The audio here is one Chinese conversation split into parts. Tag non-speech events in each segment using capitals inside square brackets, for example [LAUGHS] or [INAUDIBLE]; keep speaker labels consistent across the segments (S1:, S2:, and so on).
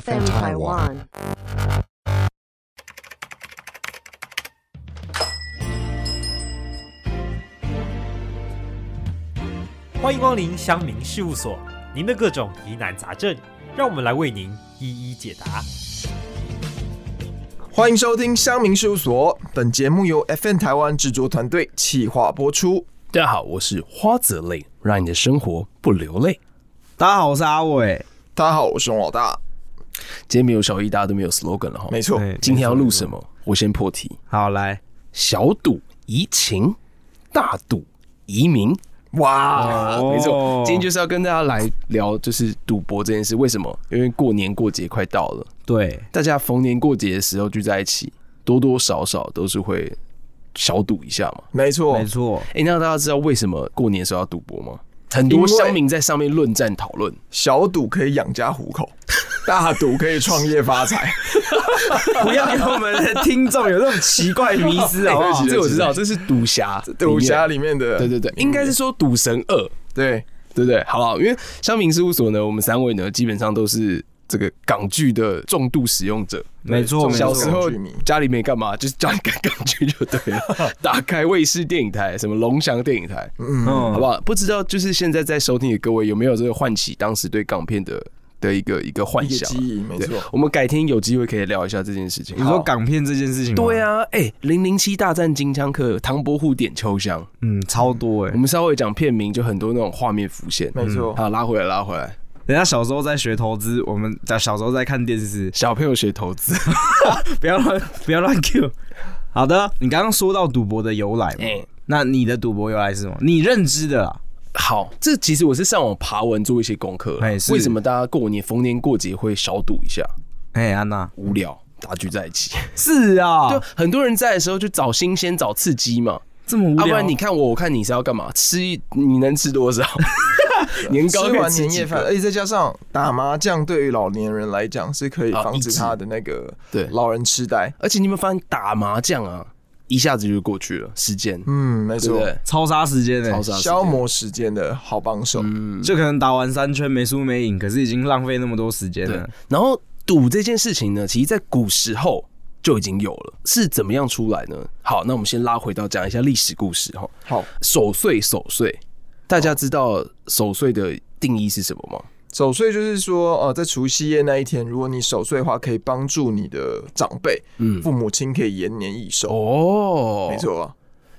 S1: FM Taiwan.
S2: 欢迎光临乡民事务所，您的各种疑难杂症，让我们来为您一一解答。
S3: 欢迎收听乡民事务所，本节目由 FN 台湾制作团队企划播出。
S4: 大家好，我是花泽类，让你的生活不流泪。
S5: 大家好，我是阿伟。
S3: 大家好，我是王老大。
S4: 今天没有小一，大家都没有 slogan 了哈。
S3: 没错，
S5: 对
S4: 今天要录什么？我先破题：
S5: 好，来，
S4: 小赌怡情，大赌移民。
S3: 哇，
S4: 没错，今天就是要跟大家来聊，就是赌博这件事。为什么？因为过年过节快到了，
S5: 对，
S4: 大家逢年过节的时候聚在一起，多多少少都是会小赌一下嘛。
S3: 没错
S5: 没，错，
S4: 哎、那大家知道为什么过年的时候要赌博吗？很多乡民在上面论战讨论，
S3: 小赌可以养家糊口， [LAUGHS] 大赌可以创业发
S4: [LAUGHS]
S3: 财。
S5: 不要给我们的听众有那种 [LAUGHS] 奇怪的迷思，好不好？
S4: 这我知道，这是赌侠，
S3: 赌侠里面的，
S4: 对对对，应该是说《赌神二》，
S3: 对，
S4: 对不对？好不好？因为香民事务所呢，我们三位呢，基本上都是这个港剧的重度使用者。
S5: 没错，
S3: 对
S5: 没
S4: 小
S5: 错
S4: 时候
S3: 港剧迷
S4: 家里没干嘛，就是家里看港剧就对了。打开卫视电影台，什么龙翔电影台，
S5: 嗯，
S4: 好
S5: 好
S4: 不好？不知道就是现在在收听的各位有没有这个唤起当时对港片的的一个一个幻
S3: 一个
S4: 想
S3: 记
S4: 啊？
S3: 忆，没
S4: 对
S3: 错，，
S4: 我们改天有机会可以聊一下这件事情。
S5: 你说港片这件事情，
S4: 对，啊，哎、零零七大战金枪客》，唐伯虎点秋香，
S5: 嗯，超多哎
S4: 我。们稍微讲片名，就很多那种画面浮现。嗯
S3: 没错。
S4: 好，拉回来，拉回来。
S5: 人家小时候在学投资，我们在小时候在看电视， [LAUGHS]
S4: 小朋友学投资， [LAUGHS]
S5: 不要乱， [LAUGHS] 不要乱 Q。好的，你刚刚说到赌博的由来嘛
S4: 哎，
S5: 那你的赌博由来是什么？你认知的啊啦，
S4: 好，这其实我是上网爬文做一些功课啦
S5: 哎。是
S4: 为什么大家过年逢年过节会小赌一下？
S5: 哎，安娜，
S4: 无聊，大家聚在一起。
S5: 是啊，
S4: 就很多人在的时候就找新鲜、找刺激嘛。
S5: 这么无
S4: 要、
S5: 聊，
S4: 啊不然你看我，我看你是要干嘛？吃一你能
S3: [LAUGHS]
S4: 吃多少？年糕
S3: 吃
S4: 可以
S3: 完
S4: 吃
S3: 年
S4: 几
S3: 夜饭，
S4: 个
S3: 而且再加上打麻将，对于老年人来讲是可以
S4: 啊
S3: 防止
S4: 抑制
S3: 他的那个
S4: 对
S3: 老人痴呆。
S4: 而且你有没有发现打麻将啊，一下子就过去了，时间、
S3: 嗯，没
S4: 对不
S3: 错，
S4: 对？啊
S5: 超杀时间呢
S4: 超？杀时间
S3: 消磨时间的好帮手。
S4: 嗯
S5: 就可能打完三圈没输没赢，可是已经浪费那么多时间
S4: 对
S5: 了。，
S4: 然后赌这件事情呢，其实在古时候就已经有了，是怎么样出来呢？好，那我们先拉回到讲一下历史故事哈。
S3: 好，
S4: 守岁，守岁，大家知道守岁的定义是什么吗？
S3: 守岁就是说，呃，在除夕夜那一天，如果你守岁的话，可以帮助你的长辈，
S4: 嗯
S3: 父母亲可以延年益寿。
S4: 哦
S3: 没，错啊，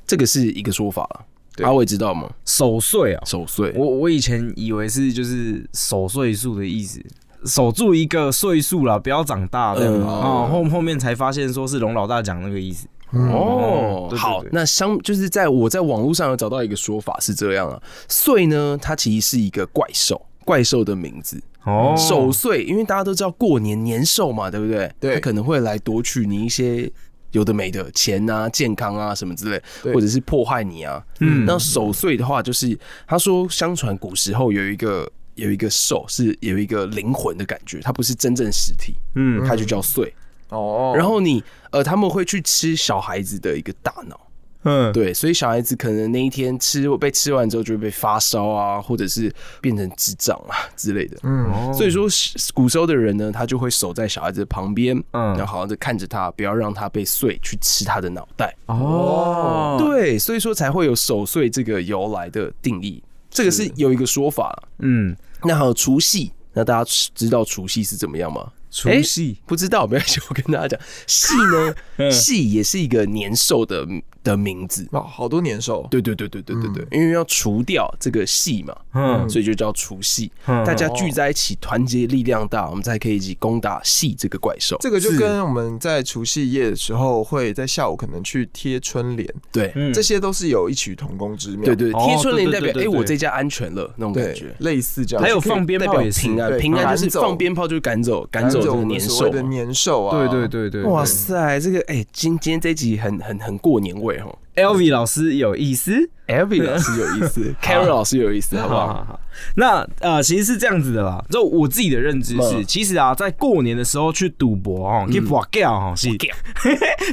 S4: 这个是一个说法了。
S3: 对
S4: 阿伟知道吗？
S5: 守岁啊，
S4: 守岁，
S5: 我我以前以为是就是守岁数的意思，守住一个岁数啦，不要长大的、
S4: 嗯
S5: 哦。后后面才发现说是龙老大讲那个意思。
S4: 哦
S5: 嗯，对对
S4: 好
S5: 对，
S4: 那相就是在我在网络上有找到一个说法是这样啊，岁呢，它其实是一个怪兽，怪兽的名字，
S5: 哦
S4: 守岁，因为大家都知道过年年兽嘛，对不对？
S3: 对
S4: 他可能会来夺取你一些有的没的钱啊、健康啊什么之类，
S3: 对
S4: 或者是迫害你啊。
S5: 嗯
S4: 那守岁的话，就是他说，相传古时候有一个有一个兽是有一个灵魂的感觉，它不是真正实体，
S5: 嗯
S4: 它就叫岁。
S3: 哦，
S4: 然后你呃，他们会去吃小孩子的一个大脑。
S5: 嗯，
S4: 对，所以小孩子可能那一天吃被吃完之后就会被发烧啊，或者是变成智障啊之类的。
S3: 嗯，
S5: 哦
S4: 所以说，古时候的人呢，他就会守在小孩子的旁边，
S5: 嗯
S4: 然后好像就看着他，不要让他被碎去吃他的脑袋。
S5: 哦，
S4: 对，所以说才会有守岁这个由来的定义，这个是有一个说法啦。
S5: 嗯，
S4: 那还有除夕，那大家知道除夕是怎么样吗？
S5: 除夕嗯
S4: 不知道，没关系，我跟大家讲，戏呢，戏也是一个年兽的的名字。
S3: 哇，哦好多年兽，
S4: 对对对对对对对，因为要除掉这个戏嘛，
S5: 嗯
S4: 所以就叫除夕。
S5: 嗯
S4: 大家聚在一起，团结力量大，我们才可以一起攻打戏这个怪兽。
S3: 这个就跟我们在除夕夜的时候，会在下午可能去贴春联，
S4: 对
S5: 嗯
S3: 这些都是有异曲同工之妙。
S4: 对对，
S5: 哦
S4: 贴春联代表
S5: 对对对
S4: 哎，
S5: 对对
S4: 我这家安全了那种感
S3: 对
S4: 觉，。
S3: 类似这样。
S5: 还有
S3: 就可以
S5: 放鞭
S4: 代
S5: 炮
S4: 表
S5: 也是，
S4: 平安，
S3: 对
S4: 平安就是
S3: 赶走
S4: 放鞭炮就赶走赶走这
S3: 我
S4: 个
S3: 们
S4: 年
S3: 所
S4: 兽
S3: 谓的
S4: 嘛。
S3: 年兽啊，
S5: 对对对对，
S4: 哇
S5: 对，
S4: 塞，这个哎，今今天这一集很很很过年味哦。
S5: Lv 老师有意思。
S4: Elvin 老师有意
S5: [LAUGHS]
S4: 思，Carol 老师有意思，好不
S5: 好
S4: 好？
S5: 好好，那呃，其实是这样子的啦。就我自己的认知是，
S4: 嗯
S5: 其实啊，在过年的时候去赌博哦，去博 g 哦，是 [LAUGHS]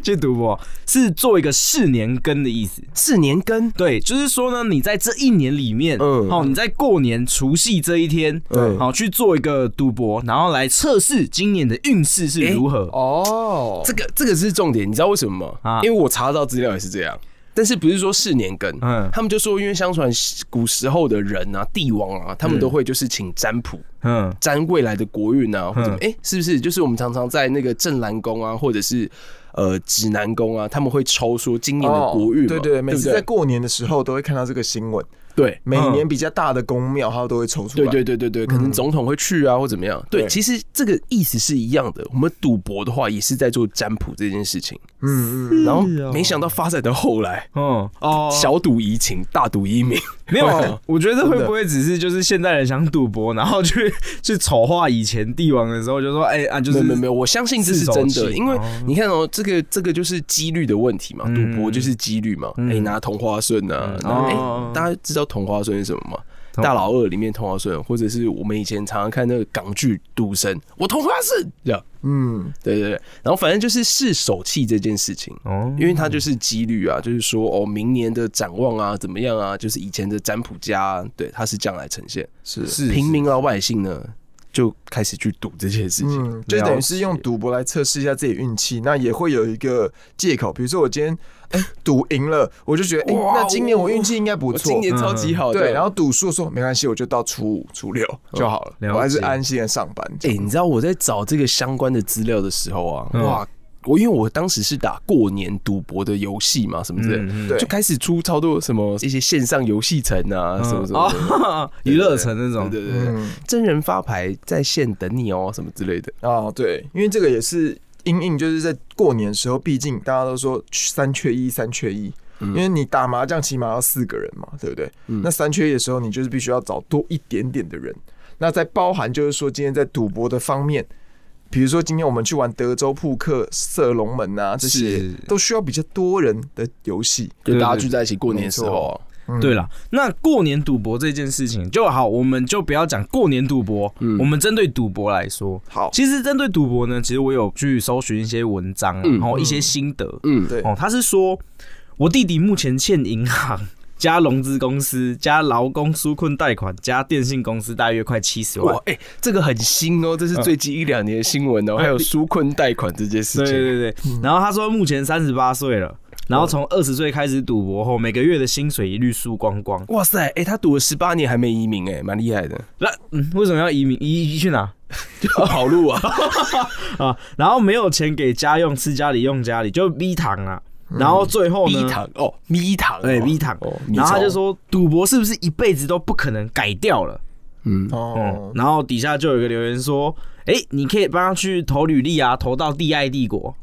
S5: 去赌博是做一个四年更的意思。
S4: 四年根，
S5: 对，就是说呢，你在这一年里面，
S3: 嗯
S5: 好、你在过年除夕这一天，
S3: 对
S5: 好、去做一个赌博，然后来测试今年的运势是如何。
S3: 哦，
S4: 这个这个是重点，你知道为什么吗？
S5: 啊
S4: 因为我查到资料也是这样，但是不是说四年更，
S5: 嗯
S4: 他们就说因为相传古时候的人啊、帝王啊，他们都会就是请占卜。
S5: 嗯，
S4: 占未来的国运啊，或者
S5: 嗯
S4: 哎、诶是不是就是我们常常在那个镇南宫啊，或者是呃指南宫啊，他们会抽说今年的国运嘛、
S3: 哦对
S4: 对
S3: 对，
S4: 不
S3: 每次在嗯过年的时候都会看到这个新闻，
S4: 对
S3: 每年比较大的公庙，它都会抽出
S4: 对
S3: 来。
S4: 对对对对，可能总统会去啊，或怎么样？对，
S3: 对
S4: 其实这个意思是一样的。我们赌博的话，也是在做占卜这件事情，
S3: 嗯，嗯嗯，
S4: 然后
S5: 是哦
S4: 没想到发展到后来，
S5: 哦哦，
S4: 小赌怡情，大赌怡民。
S5: 没有，我觉得
S3: 真的
S5: 会不会只是就是现代人想赌博，然后去 [LAUGHS] 去丑化以前帝王的时候，就说哎、 [LAUGHS] 啊，就
S4: 没
S5: 是
S4: 有没有没有，我相信这是真
S5: 自走
S4: 的，
S5: 棋
S4: 因为
S5: 哦
S4: 你看哦，这个这个就是几率的问题嘛，
S5: 嗯
S4: 赌博就是几率嘛。
S5: 嗯
S4: 哎，拿同花顺啊
S5: 嗯，
S4: 然后哎，
S5: 哦
S4: 大家知道同花顺是什么吗？
S5: 同
S4: 大佬二里面同花顺，或者是我们以前常常看那个港剧《赌神》，我同花顺这样，
S3: 嗯，
S4: 对对对，然后反正就是试手气这件事情。
S5: 哦
S4: 因为它就是几率啊，就是说哦，明年的展望啊，怎么样啊，就是以前的占卜家、啊，对，他是这样来呈现。
S3: 是
S5: 是
S4: 平民老百姓呢，就开始去赌这些事情。
S3: 嗯，就等于是用赌博来测试一下自己运气，那也会有一个借口，比如说我今天哎赌赢了，我就觉得哎、
S4: 哇
S3: 那今年我运气应该不
S4: 哦我
S3: 错，
S4: 今年超级好的。哦
S3: 对，然后赌输说没关系，我就到初五、初六就好了，
S5: 了解
S3: 我还是安心的上班。
S4: 哎、你知道我在找这个相关的资料的时候啊，
S5: 嗯
S4: 哇，我因为我当时是打过年赌博的游戏嘛，什么之类的。
S5: 嗯嗯
S3: 对
S4: 就开始出超多什么一些线上游戏城啊，什么什么的，
S5: 嗯哦， [LAUGHS] 娱乐城那种，
S4: 对对对，
S3: 嗯
S4: 真人发牌在线等你哦，什么之类的。
S3: 啊，对，因为这个也是因应，就是在过年的时候，毕竟大家都说三缺一，三缺一。
S4: 嗯
S3: 因为你打麻将起码要四个人嘛，对不对？那三缺一的时候，你就是必须要找多一点点的人。那在包含就是说，今天在赌博的方面，比如说今天我们去玩德州扑克、射龙门啊，这些
S5: 是
S3: 都需要比较多人的游戏。
S4: 就大家
S5: 对对
S4: 聚在一起过年的时候啊，
S5: 对了，那过年赌博这件事情就好，我们就不要讲过年赌博，
S4: 嗯
S5: 我们针对赌博来说。
S3: 好，
S5: 其实针对赌博呢，其实我有去搜寻一些文章啊，
S4: 嗯
S5: 然后一些心得。
S4: 嗯，
S3: 对，
S5: 哦，他是说我弟弟目前欠银行加融资公司加劳工纾困贷款加电信公司大约快七十
S4: 哇
S5: 万。，
S4: 哎、这个很新哦，
S5: 嗯
S4: 这是最近一两年的新闻哦，还有纾困贷款这件事
S5: 哎对
S4: 情，
S5: 对对，然后他说目前三十八岁了，然后从二十岁开始赌博后，每个月的薪水一律输光光。
S4: 哇塞，哎、他赌了十八年还没移民、哎，蛮厉害的，
S5: 那嗯，为什么要移民？移移去哪？
S4: 跑路啊， [LAUGHS]
S5: [LAUGHS] 啊，然后没有钱给家用，吃家里用家里，就逼糖啊。
S3: 嗯
S5: 然后最后呢，
S4: 咪糖哦，咪糖哦，
S5: 对逼糖
S4: 哦，
S5: 然后他
S4: 咪
S5: 就
S4: 虫，
S5: 说赌博是不是一辈子都不可能改掉了？
S4: 嗯，
S5: 嗯
S3: 哦，，
S5: 然后底下就有一个留言说，哎，你可以帮他去投履历啊，投到地爱帝国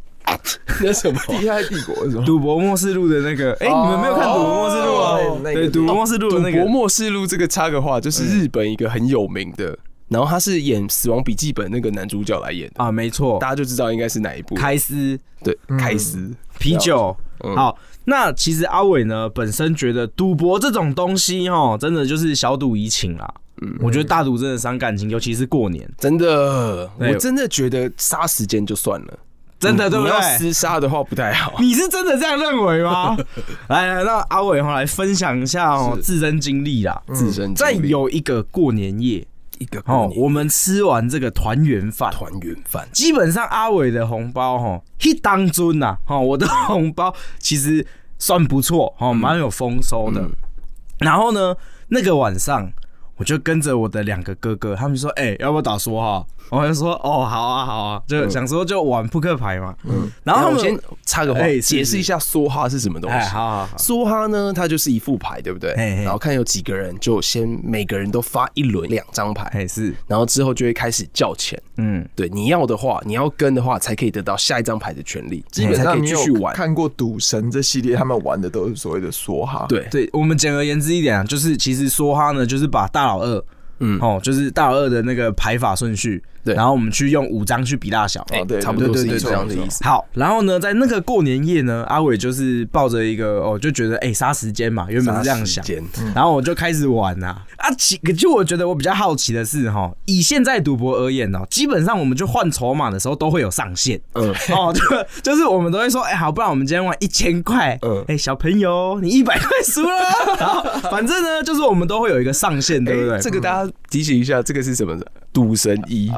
S4: 那什么啊，
S3: 厉害帝国是吧？
S5: 赌博末世录的那个，哎，你们没有看赌博末世录啊？
S3: 哦那那个
S5: 对，赌博末世
S4: [LAUGHS]
S5: 录
S4: 赌
S5: 的那
S4: 博嗯
S5: 个，
S4: 末世录这个插个话，就是日本一个很有名的，然后他是演《死亡笔记本》那个男主角来演的，
S5: 啊，没错
S4: 大，家就知道应该是哪一部，嗯
S5: 开司
S4: 哦对开司，
S5: 啤酒。
S4: 嗯
S5: 好，那其实阿伟呢，本身觉得赌博这种东西，哦，真的就是小赌怡情啦。嗯，我觉得大赌真的伤感情，尤其是过年，
S4: 真的，
S5: 对
S4: 我真的觉得杀时间就算了，
S5: 真的对不
S4: 你
S5: 对
S4: 嗯要？厮杀的话不太 [LAUGHS] 好。
S5: 你是真的这样认为
S4: [LAUGHS]
S5: 吗？来来，让阿伟哈来分享一下哦自身经历啦。
S4: 自身
S5: 在
S4: 经历
S5: 有一个过年夜
S4: 嗯一个过
S5: 哦，
S4: 年
S5: 我们吃完这个团圆饭，
S4: 团圆饭，
S5: 基本上阿伟的红包哈，一当尊呐、哈，我的红包其实算不错哈，蛮有丰收的。然后呢，那个晚上我就跟着我的两个哥哥，他们说，哎、要不要打梭哈？我就说，哦，好啊，好啊，就想说就玩扑克牌嘛。嗯，然后他
S4: 哎我
S5: 们
S4: 先插个话，
S5: 哎是
S4: 解释一下梭哈是什么东
S5: 哎，
S4: 西。
S5: 好好好，
S4: 梭哈呢，它就是一副牌，对不对？
S5: 嘿嘿
S4: 然后看有几个人，就先每个人都发一轮两张牌，
S5: 哎是，
S4: 然后之后就会开始叫钱。
S5: 嗯，
S4: 对，你要的话，你要跟的话，才可以得到下一张牌的权利，
S3: 基本
S4: 才可
S3: 上
S4: 以
S3: 你
S4: 继
S3: 有
S4: 续玩。
S3: 看过赌神这系列，他们玩的都是所谓的梭哈。
S4: 对，
S5: 对我们简而言之一点啊，就是其实梭哈呢，就是把大老二，嗯，哦，就是大老二的那个排法顺序，
S4: 对
S5: 然后我们去用五张去比大小，
S4: 哎
S3: 哦对
S4: 差不多是
S3: 对对对
S4: 这样的
S3: 没错
S4: 意思。
S5: 好，然后呢，在那个过年夜呢，阿伟就是抱着一个哦，就觉得哎杀时间嘛，原本是这样想
S4: 时，间
S5: 然后我就开始玩呐、啊。啊，其可就我觉得我比较好奇的是哈，以现在赌博而言哦，基本上我们就换筹码的时候都会有上限，
S4: 嗯
S5: 嗯，哦， [LAUGHS] 就就是我们都会说，哎、好，不然我们今天玩一千块，
S4: 嗯
S5: 嗯，哎、小朋友，你一百块输了， [LAUGHS] 然后反正呢，就是我们都会有一个上限，对不对？
S4: 哎，这个大家提醒一下，这个是什么？《赌神一》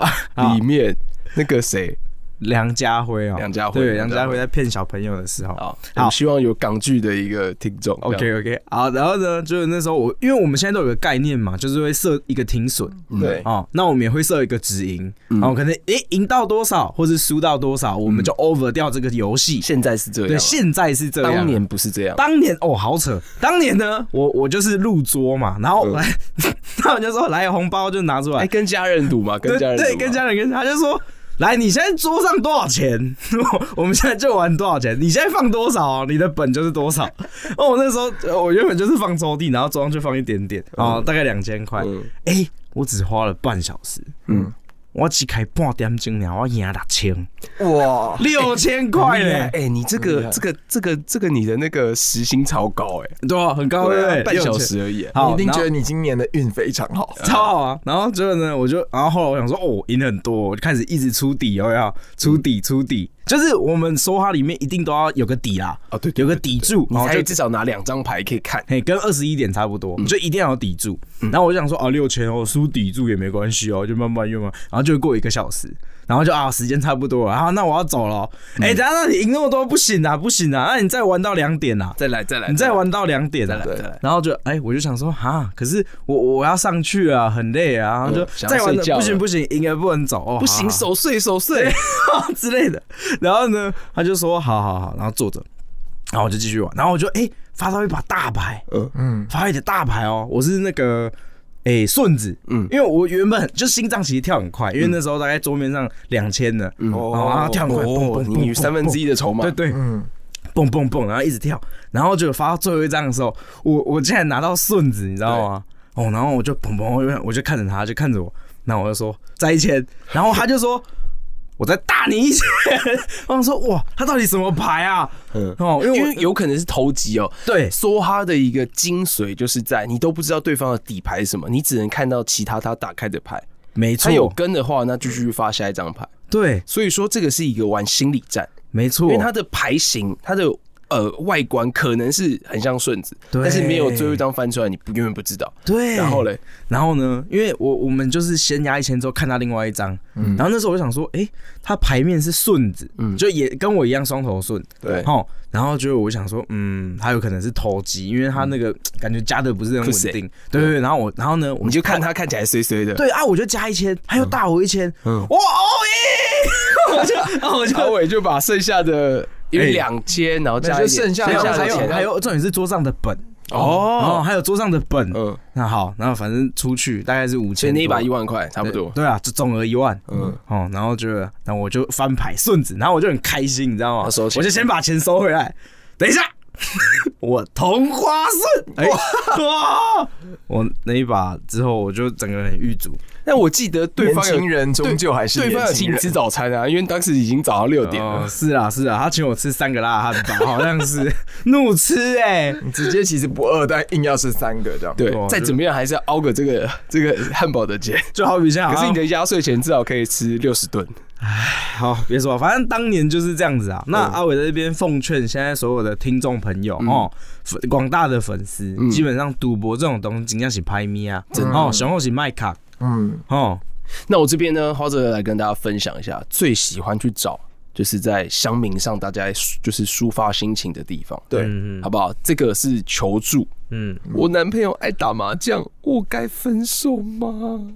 S4: 里面那个谁，
S5: 梁家辉哦，
S4: 梁家辉
S5: 对，
S4: 梁
S5: 梁
S4: 家
S5: 家辉
S4: 辉
S5: 在骗小朋友的时候，
S4: 好，我
S5: 好
S4: 们希望有港剧的一个听众。这样
S5: OK OK，好，然后呢，就是那时候我，因为我们现在都有个概念嘛，就是会设一个停损
S4: 嗯
S3: 对，
S5: 哦，那我们也会设一个止盈，然后可能诶赢到多少或是输到多少，我们就 over 掉这个游戏。
S4: 嗯现在是这
S5: 对，
S4: 样，
S5: 现在是这样，
S4: 当年不是这样。
S5: 当年哦，好扯。当年呢，我我就是入桌嘛，
S4: 嗯
S5: 然后来， [LAUGHS] 他们就说来红包就拿出
S4: 哎，
S5: 来，
S4: 跟家人赌嘛，跟
S5: 对
S4: 家人赌
S5: 对，
S4: 嘛
S5: 跟家人跟他就说。来，你现在桌上多少钱？ [LAUGHS] 我我们现在就玩多少钱？你现在放多少、你的本就是多少。 [LAUGHS] 哦，我那时候呃我原本就是放抽屉，然后桌上就放一点点，哦，大概两千块。哎、
S4: 嗯
S5: 我只花了半小时，
S4: 嗯
S5: 嗯，我只开半点钟了，我赢了六千，
S3: 哇，
S5: 六千块
S4: 很厉害
S5: 嘞，
S4: 哎，你这
S3: 很厉
S4: 个
S3: 害
S4: 这个这个这个你的那个时薪超高哎，
S5: 对啊，很高，对不
S4: 啊
S5: 对？
S4: [LAUGHS] 半小
S5: 6000
S4: 时而已。哎
S5: 好，
S3: 你一定
S5: 然后
S3: 觉得你今年的运非常好，
S5: [LAUGHS]
S4: 呃
S5: 超好啊！然后结果呢，我就，然后后来我想说，哦，赢很多，我就开始一直出底，有没有？出底，出底，就是我们说话里面一定都要有个底啦，
S4: 哦对对
S5: 有个底柱，
S4: 你
S5: 然后
S4: 才嗯
S5: 哦就
S4: 至少拿两张牌可以看。
S5: 嘿，跟二十一点差不多，就一定要有底柱。
S4: 嗯
S5: 然后我就想说，啊，六千哦，输底柱也没关系哦，就慢慢用嘛。然后就过一个小时，然后就啊，时间差不多了，啊，那我要走了哦。哎、
S4: 嗯
S5: 等一下那你赢那么多不行啊，不行啊，那你再玩到两点啊，
S4: 再来再来
S5: 你再玩到两点啊，
S4: 再来再来
S5: 然后就哎、我就想说哈，可是我我要上去啊，很累啊，然后就
S4: 嗯想要
S5: 再玩
S4: 睡觉
S5: 不行
S4: 了
S5: 不行，应该不能走哦，
S4: 不行，
S5: 手
S4: 守岁守岁。
S5: 之类的。 [LAUGHS] 然后呢，他就说好好好，然后坐着，然后我就继续玩，然后我就哎、发到一把大牌，
S4: 嗯
S5: 嗯，发到一把大牌哦，我是那个。哎，顺子，嗯，因为我原本就心脏其实跳很快，因为那时候大概桌面上两千呢，嗯，然后跳很快，蹦蹦
S4: 哦，
S5: 蹦
S4: 你
S5: 蹦
S4: 三分之一的筹码
S5: 对，对，
S3: 嗯，
S5: 蹦蹦蹦，然后一直跳，然后就发到最后一张的时候，我我竟然拿到顺子，你知道吗？哦，然后我就砰砰，我就我就看着他，就看着我，那我就说再一千，然后他就说我再打你一千，我想说哇，他到底什么牌啊？
S4: 嗯
S5: 哦，因为
S4: 因
S5: 我
S4: 为有可能是投机哦。
S5: 对
S4: 梭哈的一个精髓就是在你都不知道对方的底牌是什么，你只能看到其他他打开的牌。
S5: 没
S4: 他
S5: 错，
S4: 有跟的话，那就继续发下一张牌。
S5: 对，
S4: 所以说这个是一个玩心理战，
S5: 没错，
S4: 因为它的牌型、它的呃外观可能是很像顺子，
S5: 对
S4: 但是没有最后一张翻出来，你不永远不知道。
S5: 对，
S4: 然后嘞，
S5: 然后呢，因为我我们就是先压一千之后看他另外一张，
S4: 嗯
S5: 然后那时候我就想说，诶，他牌面是顺子，就也跟我一样双头顺，
S4: 对
S5: 吼，然后就我想说，嗯，他有可能是投机，因为他那个、感觉加的不是很稳
S4: 是欸
S5: 定，对对对，然后我然后呢，我
S4: 你就看他看起来衰衰 [LAUGHS] 的。
S5: 对啊，我就加一千，他又大我一千，
S4: 嗯
S5: 我哦耶， [LAUGHS] 我就然后我就
S4: 阿伟就把剩下的因为
S5: 哎
S4: 两千，然后加
S3: 那
S4: 一
S3: 就
S4: 点
S3: 剩下
S5: 还
S4: 剩
S5: 有
S4: 下
S5: 还
S4: 的
S5: 有
S4: 钱
S5: 还有重点是桌上的本。哦，
S4: 哦，
S5: 还有桌上的本，
S4: 嗯
S5: 那好，然后反正出去大概是五
S4: 所以
S5: 千，
S4: 那一把一万块差不多。
S5: 对啊，就总额一万，嗯，哦，然后就，然后我就翻牌顺子，然后我就很开心，你知道吗？
S4: 要收钱
S5: 我就先把钱收回来，等一下， [LAUGHS] 我同花顺，哎、哇， [LAUGHS] 我那一把之后，我就整个人遇阻，
S4: 但我记得对
S3: 年
S4: 方有
S3: 轻人终究还是
S4: 对方
S3: 年
S4: 有
S3: 轻
S4: 请你
S3: 人，
S4: 吃早餐啊，因为当时已经早上六点
S5: 哦
S4: 了，。
S5: 是啊是啊，他请我吃三个辣汉堡，好像是 [LAUGHS] 怒吃哎、
S3: 你直接其实不饿，但硬要吃三个这样，
S4: 对
S5: 对啊，
S4: 再
S5: 就
S4: 怎么样还是要凹个这个这个汉堡的钱。
S5: 就好比像好
S4: 可
S5: 像
S4: 是你的压岁钱至少可以吃六十顿，
S5: 好，别说，反正当年就是这样子
S4: 嗯
S5: 啊。那阿伟在这边奉劝现在所有的听众朋友、哦，粉广大的粉丝，
S4: 嗯
S5: 基本上赌博这种东西，尽量是拍咪啊，真哦，雄厚是卖卡
S3: 嗯，
S5: 哦，
S4: 那我这边呢，花泽来跟大家分享一下最喜欢去找，就是在乡民上大家就是抒发心情的地方，
S3: 对，
S5: 嗯
S4: 好不好？这个是求助。
S5: 嗯，
S4: 我男朋友爱打麻将，我该分手吗？
S5: 哦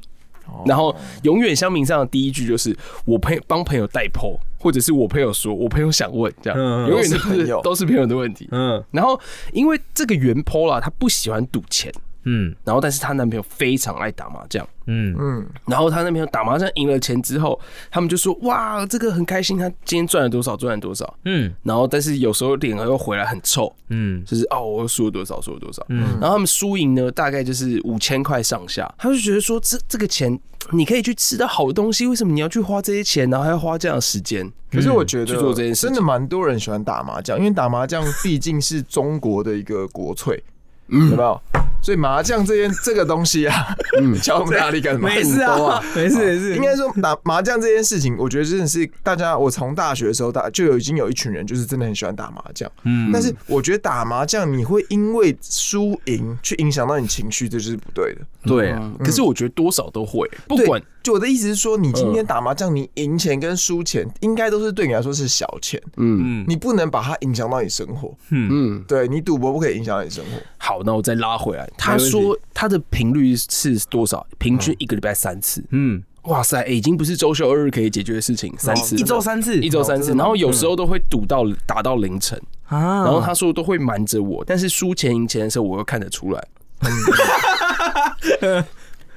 S4: 然后永远乡民上的第一句就是我朋友帮朋友代 PO，或者是我朋友说，我朋友想问这样，
S5: 嗯嗯
S4: 永远
S3: 都是
S4: 都
S3: 朋
S4: 是
S3: 友
S4: 都是朋友的问题。
S5: 嗯
S4: 然后因为这个原 PO 啦，他不喜欢赌钱，
S5: 嗯
S4: 然后但是她男朋友非常爱打麻将，
S5: 嗯
S3: 嗯，
S4: 然后她男朋友打麻将赢了钱之后，他们就说哇这个很开心，他今天赚了多少赚了多少，
S5: 嗯
S4: 然后但是有时候脸又回来很臭，
S5: 嗯
S4: 就是哦我又输了多少输了多少，
S5: 嗯
S4: 然后他们输赢呢大概就是五千块上下，他就觉得说这这个钱你可以去吃到好东西，为什么你要去花这些钱，然后还要花这样的时间？
S3: 可是我觉
S4: 嗯去做这件
S3: 得
S4: 事情
S3: 真的蛮多人喜欢打麻将，因为打麻将毕竟是中国的一个国粹，有
S4: 嗯
S3: 没，有？所以麻将这件这个东西啊， [LAUGHS]
S4: 嗯
S3: 教我们大力
S4: [LAUGHS]
S3: 干嘛？
S5: 没事
S3: 很多
S5: 啊，没事没事，
S3: 应该说打麻将这件事情，我觉得真的是大家，我从大学的时候大就有已经有一群人就是真的很喜欢打麻将，
S5: 嗯
S3: 但是我觉得打麻将你会因为输赢去影响到你情绪，这就是不对的。
S5: 对啊，
S4: 嗯可是我觉得多少都会，不
S3: 对
S4: 管
S3: 就我的意思是说，你今天打麻将，你赢钱跟输钱应该都是对你来说是小钱，
S4: 嗯
S5: 嗯
S3: 你不能把它影响到你生活。
S4: 嗯，
S3: 对你赌博不可以影响到你生活。
S4: 好，那我再拉回来。他
S5: 问题
S4: 说他的频率是多少？平均一个礼拜三次。
S5: 嗯，
S4: 哇塞、欸已经不是周休二日可以解决的事情，三次
S5: 一周三次
S4: 一周三次，然嗯后有时候都会赌到打到凌晨，
S5: 啊，
S4: 然后他说都会瞒着我，但是输钱赢钱的时候我又看得出来。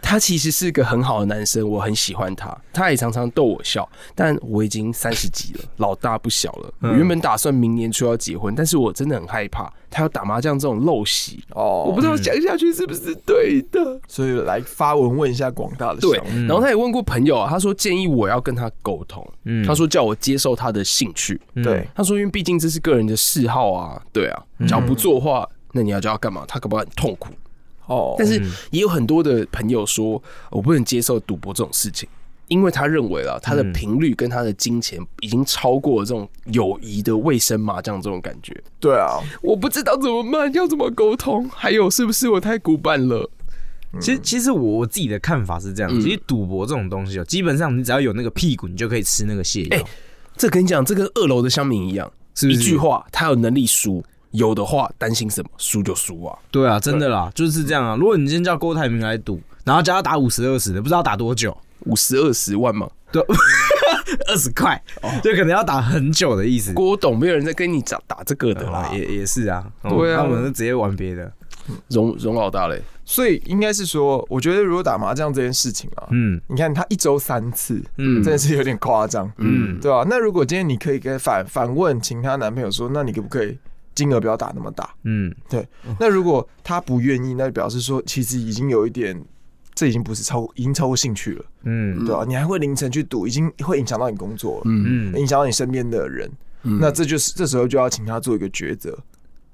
S4: 他其实是个很好的男生，我很喜欢他，他也常常逗我笑，但我已经三十几了，老大不小了。我原本打算明年就要结婚，但是我真的很害怕他要打麻将这种陋习，
S3: 哦，
S4: 我不知道讲下去是不是对的。嗯
S3: 所以来发文问一下广大的
S4: 对
S3: 乡民，
S4: 然后他也问过朋友啊，他说建议我要跟他沟通，
S5: 嗯
S4: 他说叫我接受他的兴趣，
S5: 嗯
S3: 对，
S4: 他说因为毕竟这是个人的嗜好啊，对啊，讲不做的话，那你要叫他干嘛？他搞不好很痛苦。
S5: 嗯
S3: 哦，
S4: 但是也有很多的朋友说，我不能接受赌博这种事情。因为他认为啊，他
S5: 嗯
S4: 的频率跟他的金钱已经超过了这种友谊的卫生麻将这种感觉，
S3: 对啊，
S4: 我不知道怎么办，要怎么沟通，还有是不是我太古板了？
S5: 其实，其实我我自己的看法是这样，
S4: 嗯
S5: 其实赌博这种东西哦，基本上你只要有那个屁股，你就可以吃那个泻药
S4: 哎。这跟你讲，这跟二楼的乡民一样，
S5: 是不是
S4: 一句话，他有能力输，有的话担心什么？输就输啊。
S5: 对啊，真的啦，就是这样啊。如果你今天叫郭台铭来赌，然后叫他打五十二十的，不知道打多久，
S4: 五十二十万嘛，
S5: 二十块，
S4: 哦
S5: 就可能要打很久的意思。
S4: 郭董没有人在跟你讲打这个的
S5: 啊
S4: 啦，
S5: 也也是啊，嗯
S4: 对啊
S5: 他们就直接玩别的。
S4: 荣荣老大嘞，
S3: 所以应该是说，我觉得如果打麻将这件事情啊，
S5: 嗯
S3: 你看他一周三次，
S5: 嗯
S3: 真的是有点夸张，
S5: 嗯
S3: 对吧、那如果今天你可以跟反反问，请她男朋友说，那你可不可以金额不要打那么大？
S5: 嗯，
S3: 对，那如果他不愿意，那就表示说其实已经有一点，这已经不是超，已经超过兴趣了，
S5: 嗯
S3: 对吧、你还会凌晨去赌，已经会影响到你工作了，
S4: 嗯
S5: 嗯
S3: 影响到你身边的人。那这就是这时候就要请他做一个抉择，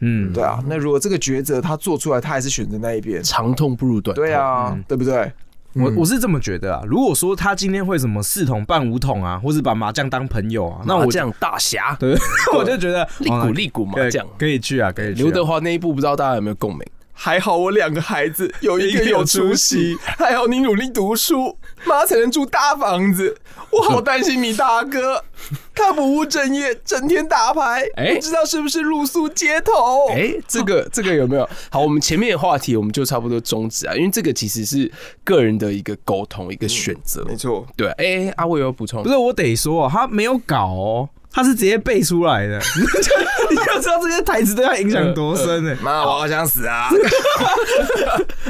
S5: 嗯，
S3: 对啊。那如果这个抉择他做出来，他还是选择那一边，
S4: 长痛不如短痛。
S3: 对啊，
S5: 嗯
S3: 对不对？
S5: 我
S4: 嗯
S5: 我是这么觉得啊。如果说他今天会什么四桶半五桶啊，或是把麻将当朋友啊，那
S4: 麻
S5: 我
S4: 将大侠，
S5: 对，我就
S4: [LAUGHS]
S5: [LAUGHS] 觉得
S4: 利
S5: 哦
S4: 股利股麻
S5: 可以
S4: 将。
S5: 可以去啊，可以去啊。
S4: 刘德华那一部不知道大家有没有共鸣？
S3: 还好我两个孩子有一个有出息，还好你努力读书，妈才能住大房子。我好担心你大哥，他不务正业，整天打牌，
S4: 哎
S3: 不知道是不是露宿街
S5: 哦
S3: 头。
S4: 哎、这
S5: [LAUGHS]
S4: 个这个有没有？好，我们前面的话题我们就差不多终止啊，因为这个其实是个人的一个沟通，一个选择。
S3: 错，
S4: 对，哎、阿伟有补充
S5: 嗯不？是，我得说哦，他没有搞哦，他是直接背出来的。 [LAUGHS] 你就你就知道这些台词对他影响多深呢、
S4: 呃
S3: 妈，我好想死啊！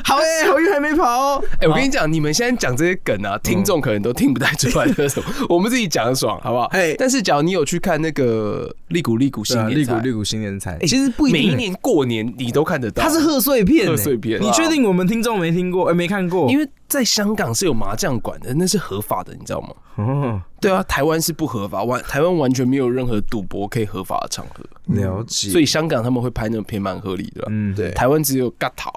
S5: 好哎、好运还没跑哦。
S4: 哎、我跟你讲，你们现在讲这些梗
S5: 嗯
S4: 啊，听众可能都听不太出来这是什么，我们自己讲的爽，好不好
S5: 嘿？啊
S4: 但是，假如你有去看那个利古利古新年
S5: 利
S4: 彩
S5: 股利股新年财，
S4: 哎
S5: 其实不一
S4: 每一
S5: 定欸，
S4: 年过年你都看得到，
S5: 它是贺岁片欸、
S4: 啊贺岁片啊
S5: 你确定我们听众没听过？哎、没看过？
S4: 因
S5: 为
S4: 为在香港是有麻将馆的，那是合法的，你知道吗？
S5: 哦，
S4: 对啊，台湾是不合法，完台湾完全没有任何赌博可以合法的场合，
S5: 了解。
S4: 所以香港他们会拍那种片蛮合理的啊、
S5: 嗯，
S3: 对
S4: 台湾只有尬逃，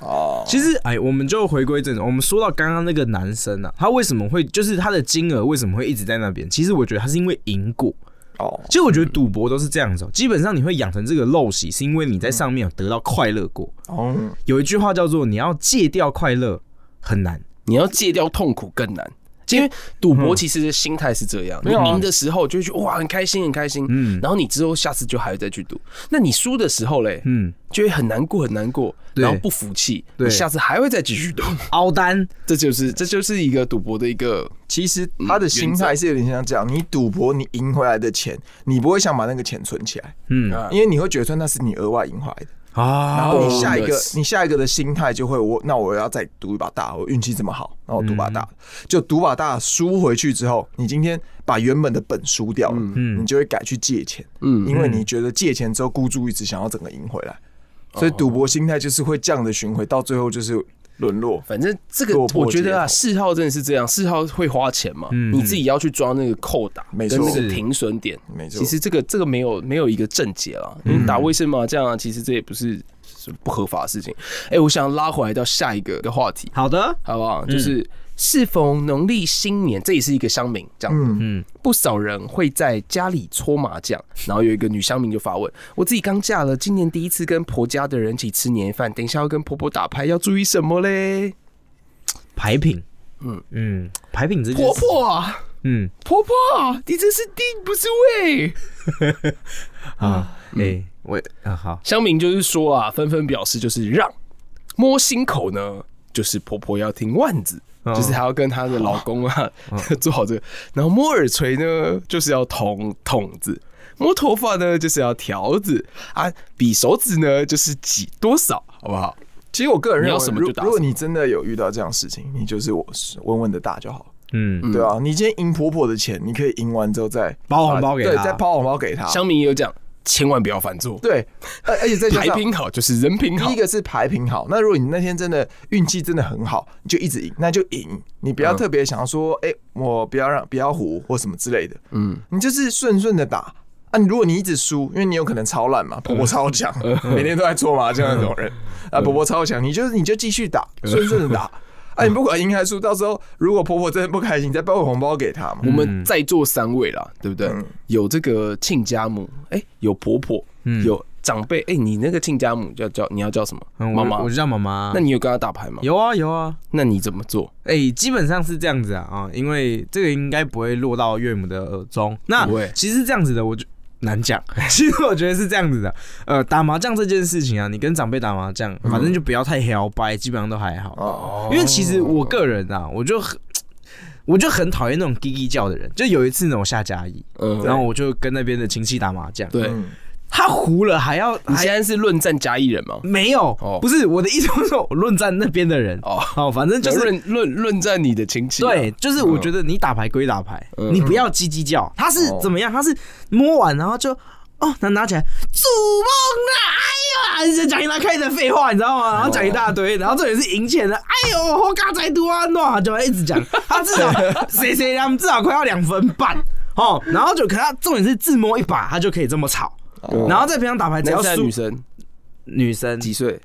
S3: 哦，
S5: 其实哎，我们就回归正题，我们说到刚刚那个男生啊，他为什么会就是他的金额为什么会一直在那边？其实我觉得他是因为赢过，
S3: 哦，
S5: 其实我觉得赌博都是这样子、哦，基本上你会养成这个陋习，是因为你在上面有得到快乐过。
S3: 哦，
S5: 有一句话叫做“你要戒掉快乐很难
S4: 你要戒掉痛苦更难。因为赌博其实的心态是这样，你赢的时候就会觉得哇很开心很开心，
S5: 嗯
S4: 然后你之后下次就还会再去赌。那你输的时候嘞”，，
S5: 嗯，
S4: 就会很难过很难过，
S5: 对
S4: 然后不服气，
S5: 对
S4: 你下次还会再继续赌。
S5: 凹单，
S4: 这就是这就是一个赌博的一个嗯
S3: 其实他的心态是有点像这样：你赌博，你赢回来的钱，你不会想把那个钱存起来，
S5: 嗯
S4: 啊
S3: 因为你会觉得说那是你额外赢回来的。然
S5: 啊
S3: 后
S4: 嗯哦
S3: 你下一个
S4: bonus
S3: 你下一个的心态就会我那我要再赌一把大，我运气这么好，那我赌把
S4: 嗯
S3: 大，就赌把大输回去之后，你今天把原本的本输掉了，
S5: 嗯
S3: 你就会改去借钱，
S4: 嗯
S3: 因为你觉得借钱之后孤注一掷，想要整个赢回来，
S4: 哦
S3: 所以赌博心态就是会这样的巡回，到最后就是沦落。
S4: 反正这个
S3: 落魄
S4: 我觉得啊，
S3: 街
S4: 嗜好真的是这样，嗜好会花钱嘛，
S5: 嗯
S4: 你自己要去抓那个扣打，
S3: 没
S4: 跟那
S3: 错
S4: 个停损点。
S3: 没错
S4: 其实这个这个没有没有一个正解啦，因为打卫生麻将啊，其实这也不是是不合法的事情。哎、我想拉回来到下一个的话题，
S5: 好的，
S4: 好不好？就是是否农历新年，这也是一个乡民这样子。
S3: 嗯，
S5: 嗯，
S4: 不少人会在家里搓麻将，然后有一个女乡民就发问：我自己刚嫁了，今年第一次跟婆家的人一起吃年夜饭，等一下要跟婆婆打牌，要注意什么嘞？
S5: 牌品，
S4: 嗯
S5: 嗯嗯，牌品这件
S4: 婆
S5: 事情，
S4: 婆啊，
S5: 嗯
S4: 婆婆，你这是定不是位？
S5: 啊，
S4: 嗯
S5: 哎，我啊好，
S4: 乡民就是说啊，纷纷表示就是让摸心口呢，就是婆婆要听腕子。
S5: 嗯
S4: 就是还要跟她的老公啊、 [LAUGHS] 做好这个，然后摸耳垂呢，就是要捅筒子；摸头发呢，就是要条子啊；比手指呢，就是几多少，好不好？
S3: 其实我个人认
S4: 你
S3: 为
S4: 要什，么
S3: 如
S4: 就打什么
S3: 如果你真的有遇到这样的事情，你就是我稳稳的打就好，
S5: 嗯，
S4: 嗯
S3: 对啊，你今天赢婆婆的钱，你可以赢完之后再
S5: 包红包给
S4: 啊
S3: 对，
S5: 她
S3: 再包红包给她。
S4: 乡民也有讲，千万不要犯错，
S3: 对，而而且再加
S4: 牌
S3: 上
S4: 品好就是人品好
S3: 第一。个是牌品好，那如果你那天真的运气真的很好，你就一直赢，那就赢。你不要
S4: 嗯
S3: 特别想要说，哎、我不要让不要胡或什么之类的，
S4: 嗯，
S3: 你就是顺顺的打。啊，你如果你一直输，因为你有可能超烂嘛，婆婆超强，每天都在搓麻将那种人，啊，婆婆超强，你就你就继续打，顺顺的打。 [LAUGHS] 啊，你不管赢还输，到时候如果婆婆真的不开心，你再包个红包给她嘛
S4: 我。
S5: 嗯
S4: 们在座三位啦，对不对？有这个亲家母，哎、有婆婆，有长辈，哎、你那个亲家母叫叫你要叫什么？
S5: 嗯
S4: 妈
S5: 我
S4: 妈
S5: 我。就叫妈妈
S4: 那，你有跟她打牌吗？。
S5: 有啊有啊，
S4: 那你怎么做？
S5: 哎、基本上是这样子啊啊，因为这个应该不会落到岳母的耳中。那
S4: 不会
S5: 其实这样子的，我就难讲。 [LAUGHS] 其实我觉得是这样子的，呃，打麻将这件事情啊，你跟长辈打麻将，
S4: 嗯
S5: 反正就不要太摇摆，基本上都还好。
S3: 哦，
S5: 因为其实我个人啊，我就很。我就很讨厌那种叽叽叫的人，就有一次呢，我下甲乙，
S4: 嗯，
S5: 然后我就跟那边的亲戚打麻将，
S4: 对，
S3: 嗯
S5: 他胡了还要
S4: 你
S5: 还
S4: 现在是论战加一人吗？
S5: 没有，
S4: 哦
S5: 不是我的意思是说，我论战那边的人
S4: 哦
S5: 哦，反正
S4: 就
S5: 就是
S4: 论论论战你的亲戚、啊。
S5: 对，，就是我觉得你打牌归打牌，
S4: 嗯哦
S5: 你不要叽叽叫。他是怎么样？他是摸完然后就哦，拿拿起来，主梦啦，哎呀，人家讲一大开的废话，你知道吗？然后讲一大堆，然后这也是赢钱的，哎呦，我嘎仔多啊，诺就一直讲，他至
S4: [LAUGHS]
S5: 少谁谁他们至少快要两分半哦，然后就可他重点是自摸一把，他就可以这么吵。然后在平常打牌，只要
S4: 男生还哦是
S5: 输
S4: 女生
S5: 女生，
S4: 几岁？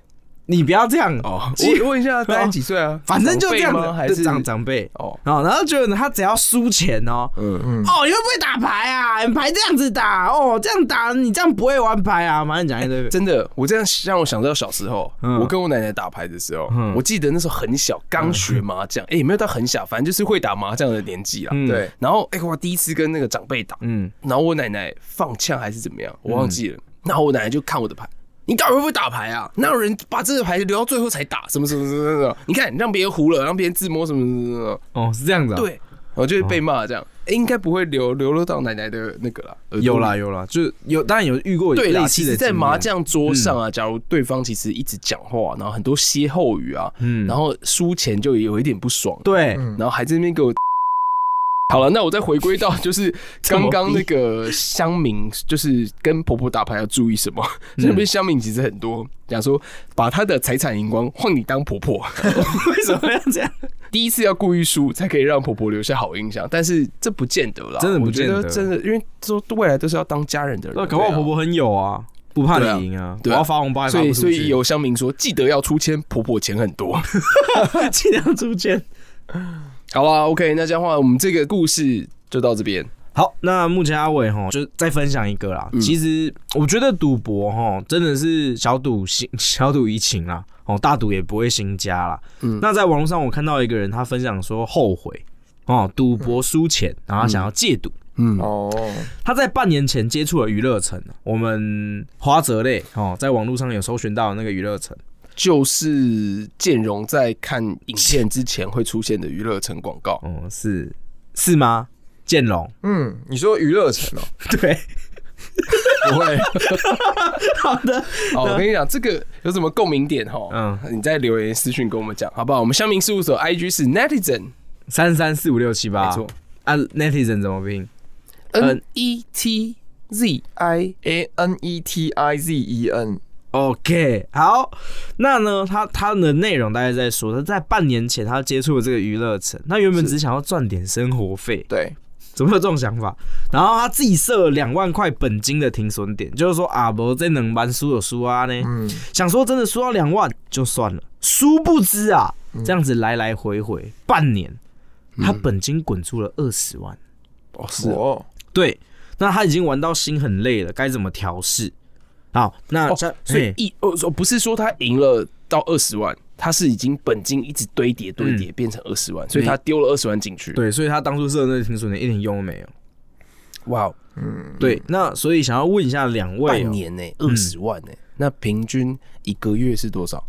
S5: 你不要这样
S4: 哦，
S5: 基
S4: 我问一 [LAUGHS] 下，大概几岁啊？
S5: 反正就这样
S4: 长辈
S5: 的
S4: 吗？还是
S5: 长长辈
S4: 哦，
S5: 哦，然后就他只要输钱哦，
S4: 嗯，
S5: 哦，你会不会打牌啊？你牌这样子打，哦，这样打，你这样不会玩牌啊？马上讲一堆。
S4: 真的，我这样让我想到小时候，
S5: 嗯
S4: 我跟我奶奶打牌的时候，
S5: 嗯
S4: 我记得那时候很小，刚学麻将，哎、也没有到很小，反正就是会打麻将的年纪啦。
S5: 嗯
S4: 对，然后哎、我第一次跟那个长辈打，
S5: 嗯，
S4: 然后我奶奶放枪还是怎么样，我忘记了。然后我奶奶就看我的牌，你到底会不会打牌啊？哪有人把这个牌留到最后才打？什么什么什么什么？你看让别人胡了，让别人自摸什么什么什么？
S5: 哦，是这样子、啊。，
S4: 对，我就会被骂这样。哎，应该不会流流落到奶奶的那个啦，耳朵里
S5: 有啦。有啦，就是有，当然有遇过
S4: 对啦，
S5: 类
S4: 其
S5: 似
S4: 实，
S5: 的。
S4: 在麻，将桌
S5: 嗯
S4: 上啊，假如对方其实一直讲话，然后很多歇后语啊，
S5: 嗯
S4: 然后输钱就有一点不爽，
S5: 对，
S3: 嗯
S4: 然后还在那边给我。好了，那我再回归到
S5: [LAUGHS]
S4: 就是
S5: 这么
S4: 刚刚
S5: 逼
S4: 那个乡民，就是跟婆婆打牌要注意什么？
S5: 嗯
S4: [LAUGHS] 这边乡民其实很多，讲说把他的财产荧光换你当婆 [LAUGHS] 婆，
S5: [LAUGHS] 为什么要这样？
S4: 第一次要故意输才可以让婆婆留下好印象，但是这不见得啦，
S5: 真的不见得
S4: 我觉得真的，因为说未来都是要当家人的人，
S5: 那搞不好婆婆很有啊，不怕你赢啊。
S4: 对啊
S5: 我要发红包也发
S4: 所
S5: 不
S4: 以，
S5: 出
S4: 所以
S5: 去
S4: 有乡民说，记得要出千，婆婆钱很多。
S5: [LAUGHS]
S4: [LAUGHS]
S5: 尽量出钱。
S4: 好啦 o k 那这样的话，我们这个故事就到这边。
S5: 好，那目前阿伟哈，就再分享一个啦。
S4: 嗯
S5: 其实我觉得赌博哈，真的是小赌心， [LAUGHS] 小赌怡情啦，哦，大赌也不会兴家啦。
S4: 嗯
S5: 那在网络上我看到一个人，他分享说后悔哦，赌博输钱，然后他想要戒赌。
S4: 嗯，
S3: 哦，
S5: 他在半年前接触了娱乐城，我们花泽类哦，在网络上有搜寻到那个娱乐城。
S4: 就是建荣在看影片之前会出现的娱乐城广告。
S5: 哦，是是吗？建龙， [LAUGHS]
S3: 嗯，你说娱乐城哦，
S5: 对，
S4: [LAUGHS] 不 [LAUGHS] 会。
S5: 好的，
S4: 哦，我跟你讲，这个有什么共鸣点哈？嗯
S5: 嗯，
S4: 你在留言私讯跟我们讲，好不好？我们乡民事务所 IG 是 netizen，
S5: 三三四五六七八，
S4: 没错
S5: 啊，netizen 怎么拼？
S4: ，N E T Z I
S3: A N E T I Z E N，
S5: OK，好，那呢，他他的内容大概在说，他在半年前他接触了这个娱乐城，他原本只想要赚点生活费，
S3: 对，
S5: 怎么会有这种想法？然后他自己设了两万块本金的停损点，就是说啊，不这能玩输有输啊呢，
S3: 嗯，
S5: 想说真的输到两万就算了，殊不知啊，
S4: 嗯
S5: 这样子来来回回半年，他本金滚出了二十万。
S4: 哦，是哦
S3: 我
S5: 对，那他已经玩到心很累了，该怎么调试？好，那、
S4: 哦
S5: 像
S4: 所以
S5: 嘿
S4: 一哦，不是说他赢了到二十万，他是已经本金一直堆叠堆叠变成二十万，所以他丢了二十万进去。，
S5: 对，所以他当初设的那个停损点一点用都没有。
S4: 哇，
S5: 对，那所以想要问一下两位、
S4: 半
S5: 哦，
S4: 年呢，二十万呢，那平均一个月是多少？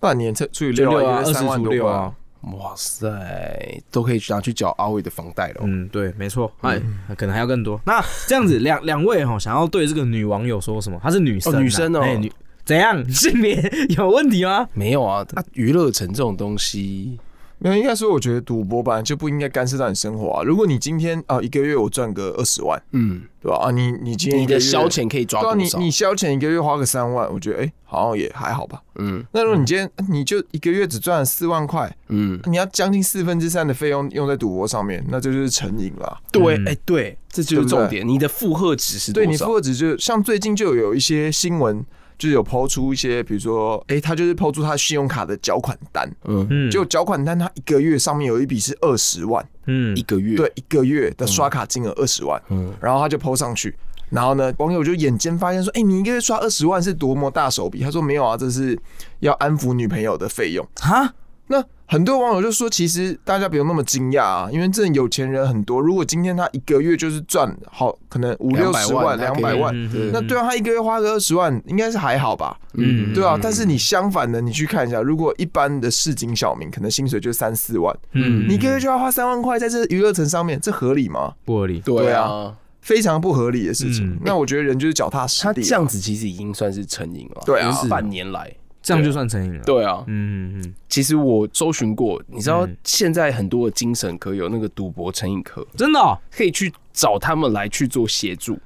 S3: 半年才除以
S5: 就
S3: 六
S5: 六啊，二
S3: 三
S5: 十
S3: 万
S5: 除
S3: 多
S5: 六
S3: 吧
S5: 啊。，
S4: 哇塞，都可以拿去缴阿伟的房贷了。哦
S5: 嗯，对，没错，哎，可能还要更多。那这样子，两两位哈、想要对这个女网友说什么？她是女生、
S4: 哦女生哦
S5: 哎女怎样 [LAUGHS] 性别有问题吗？
S4: 没有啊，那娱乐城这种东西，
S3: 没有，应该说，我觉得赌博本来就不应该干涉到你生活啊。如果你今天啊、一个月我赚个二十万，
S4: 嗯，
S3: 对吧？啊，你你今天
S4: 你
S3: 一个
S4: 的
S3: 月
S4: 消遣可以抓
S3: 对啊，
S4: 多
S3: 你
S4: 少？
S3: 你消遣一个月花个三万，我觉得哎、好像也还好吧。
S4: 嗯
S3: 那如果你今天啊你就一个月只赚四万块，啊
S4: 嗯，
S3: 你要将近四分之三的费用用在赌博上面，那这就是成瘾啦。
S4: 对，
S5: 嗯
S4: 哎、对，这就是重点。你的负荷值是
S3: 对
S4: 多少？
S3: 你负荷值就像最近就有一些新闻，就是有抛出一些，比如说，哎、他就是抛出他信用卡的缴款单，
S4: 嗯，
S5: 嗯，
S3: 就缴款单他一个月上面有一笔是二十万，
S5: 嗯
S4: 一个月，
S3: 对，一个月的刷卡金额二十万，
S4: 嗯
S3: 然后他就抛上去。然后呢，网友就眼尖发现说：“哎、你一个月刷二十万是多么大手笔？”他说：“没有啊，这是要安抚女朋友的费用。”
S5: 哈，
S3: 那很多网友就说，其实大家不用那么惊讶啊，因为这有钱人很多。如果今天他一个月就是赚好可能五六十万、两
S4: 200
S3: 百万，
S5: 嗯
S4: 对
S3: 那对啊，他一个月花个二十万，应该是还好吧？
S5: 嗯
S3: 对啊，但是你相反的，你去看一下，如果一般的市井小民，可能薪水就三四万，
S5: 嗯
S3: 你一个月就要花三万块在这娱乐城上面，这合理吗？
S5: 玻璃，
S4: 对
S3: 对
S4: 啊
S3: 啊，非常不合理的事情
S5: 嗯。
S3: 那我觉得人就是脚踏实
S4: 他
S3: 地
S4: 这
S3: 啊，
S4: 样子其实已经算是成瘾了。
S3: 对啊
S4: 就是半年来，
S5: 这样就算成瘾了。，
S4: 对啊。
S5: 嗯嗯，
S4: 其实我搜寻过，你知道
S5: 嗯
S4: 现在很多的精神科有那个赌博成瘾科，
S5: 真的、哦。
S4: 可以去找他们来去做协助。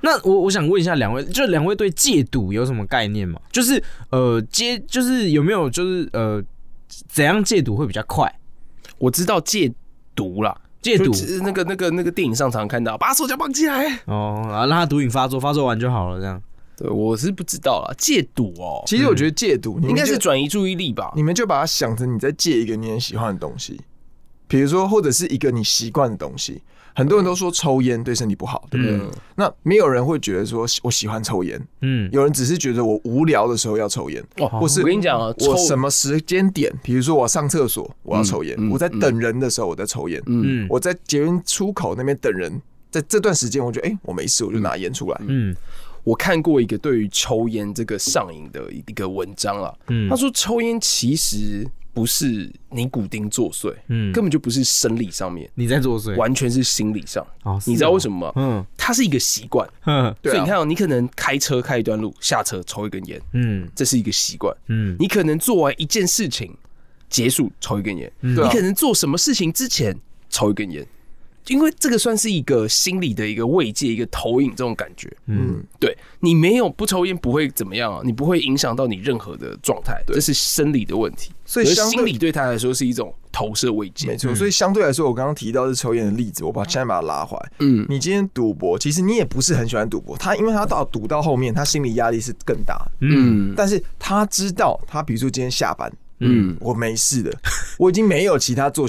S5: 那我我想问一下两位，就两位对戒赌有什么概念吗？就是呃，戒就是有没有就是呃，怎样戒赌会比较快？
S4: 我知道戒毒啦，
S5: 戒赌
S4: 就是那个那个那个电影上常看到，把手脚绑起来。
S5: 哦，然后让他毒瘾发作，发作完就好了，这样。
S4: 对，我是不知道啦，戒赌哦，
S3: 其实我觉得戒毒你们
S4: 应该
S3: 就是
S4: 转移注意力吧。
S3: 你们就把它想成你在戒一个你很喜欢的东西，比如说或者是一个你习惯的东西。很多人都说抽烟对身体不好，对不对？
S5: 嗯
S3: 那没有人会觉得说我喜欢抽烟，
S5: 嗯，
S3: 有人只是觉得我无聊的时候要抽烟，
S4: 哦，
S3: 或是
S4: 我跟你讲啊，抽
S3: 我什么时间点，比如说我上厕所我要抽烟，
S4: 嗯嗯
S3: 我在等人的时候我在抽烟，
S5: 嗯
S3: 我在捷运出口那边等人，在这段时间我觉得哎、诶我没事，我就拿烟出来。
S5: 嗯
S4: 我看过一个对于抽烟这个上瘾的一个文章啦，
S5: 嗯
S4: 他说抽烟其实不是尼古丁作祟，
S5: 嗯
S4: 根本就不是生理上面，
S5: 你在作祟，
S4: 完全是心理上。
S5: 哦
S4: 你知道为什
S5: 么？
S4: 么吗？
S5: 嗯
S4: 它是一个习惯，
S5: 哼
S4: 所
S3: 对
S4: 以
S3: 啊
S4: 你看哦，你可能开车开一段路，下车抽一根烟，
S5: 嗯
S4: 这是一个习惯。
S5: 嗯
S4: 你可能做完一件事情结束抽一根烟，
S3: 对
S4: 你
S3: 啊
S4: 可能做什么事情之前抽一根烟，因为这个算是一个心理的一个慰藉，一个投影这种感觉。
S5: 嗯
S4: 对你没有不抽烟不会怎么样啊，你不会影响到你任何的状态，这是生理的问题。
S3: 所以
S4: 而
S3: 相对
S4: 心理对他来说是一种投射慰
S3: 没
S4: 藉。
S3: 错，所以相对来说，我刚刚提到是抽烟的例子，我把现在把它拉回来。
S4: 嗯，
S3: 你今天赌博，其实你也不是很喜欢赌博。他因为他到赌到后面，他心理压力是更大的。
S4: 嗯
S3: 但是他知道，他比如说今天下班，
S4: 嗯
S3: 我没事的，我已经没有其他做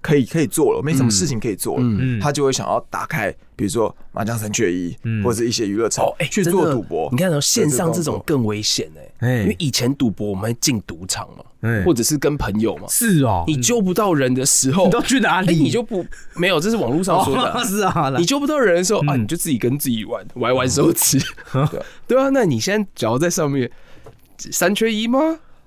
S3: 可以可以做了，没什么事情可以做了，
S4: 嗯
S5: 嗯
S3: 他就会想要打开，比如说麻将三缺一，
S5: 嗯
S3: 或者是一些娱乐场、
S4: 哦，哎、
S3: 去
S4: 真
S3: 做
S4: 的
S3: 赌博。
S4: 你看到、哦线上
S3: 动
S4: 这种
S3: 作
S4: 更危险哎、
S5: 哎
S4: 因为以前赌博我们会进赌场嘛，
S5: 哎
S4: 或者是跟朋友嘛，
S5: 是哦，
S3: 嗯
S4: 你救不到人的时候，
S5: 你都去哪
S4: 哎、
S5: 里？
S4: 你就不没有，这是网络上说的啊、
S5: 哦 [LAUGHS] 是啊，
S4: 你救不到人的时候、啊，
S3: 嗯
S4: 你就自己跟自己玩，玩玩手指。 [LAUGHS] 对啊对啊，那你现在只要在上面三缺一吗？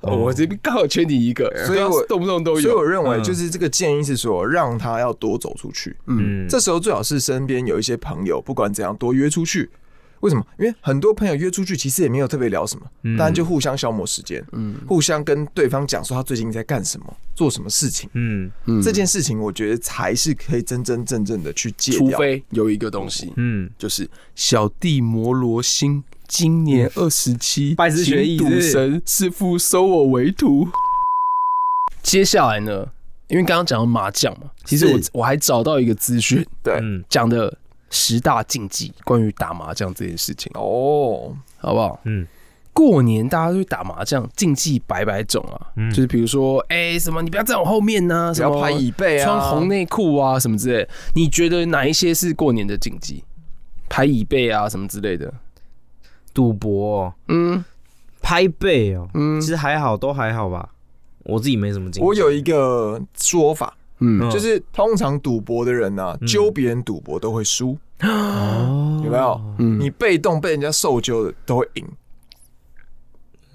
S4: 哦、我这边刚好缺你一个，
S3: 嗯所以我
S4: 不要动不动都有。
S3: 所以我认为，
S5: 嗯
S3: 就是这个建议是说，让他要多走出去。
S5: 嗯
S3: 这时候最好是身边有一些朋友，不管怎样多约出去。为什么？因为很多朋友约出去，其实也没有特别聊什么，
S5: 嗯
S3: 当然就互相消磨时间，嗯，互相跟对方讲说他最近在干什么，做什么事情。
S5: 嗯
S4: 嗯
S3: 这件事情，我觉得才是可以真真正正的去戒
S4: 除
S3: 掉。
S4: 非有一个东西，
S5: 嗯，
S4: 就是小弟摩罗星今年二十七，
S5: 嗯拜师学艺
S4: 请
S5: 是
S4: 赌
S5: 不是
S4: 神师傅收我为徒。接下来呢，因为刚刚讲到麻将嘛，其实我
S3: 是
S4: 我还找到一个资讯，
S3: 对，
S5: 嗯
S4: 讲的十大禁忌关于打麻将这件事情，
S3: 哦，
S4: 好不好？
S5: 嗯，
S4: 过年大家都去打麻将，禁忌百百种啊，
S2: 嗯
S4: 就是比如说，哎、什么你不要站我后面呐、
S3: 只
S4: 什
S3: 要
S4: 么
S3: 拍椅背啊，
S4: 穿红内裤啊什么之类的。你觉得哪一些是过年的禁忌？拍椅背啊什么之类的？
S5: 赌博哦
S4: 嗯
S5: 拍背哦，
S4: 嗯
S5: 其实还好，都还好吧。我自己没什么经验。
S3: 我有一个说法，
S4: 嗯，
S3: 就是通常赌博的人呢、啊，
S5: 嗯
S3: 揪别人赌博都会输，
S5: 哦
S3: 有没有？
S4: 嗯
S3: 你被动被人家受揪的都会赢。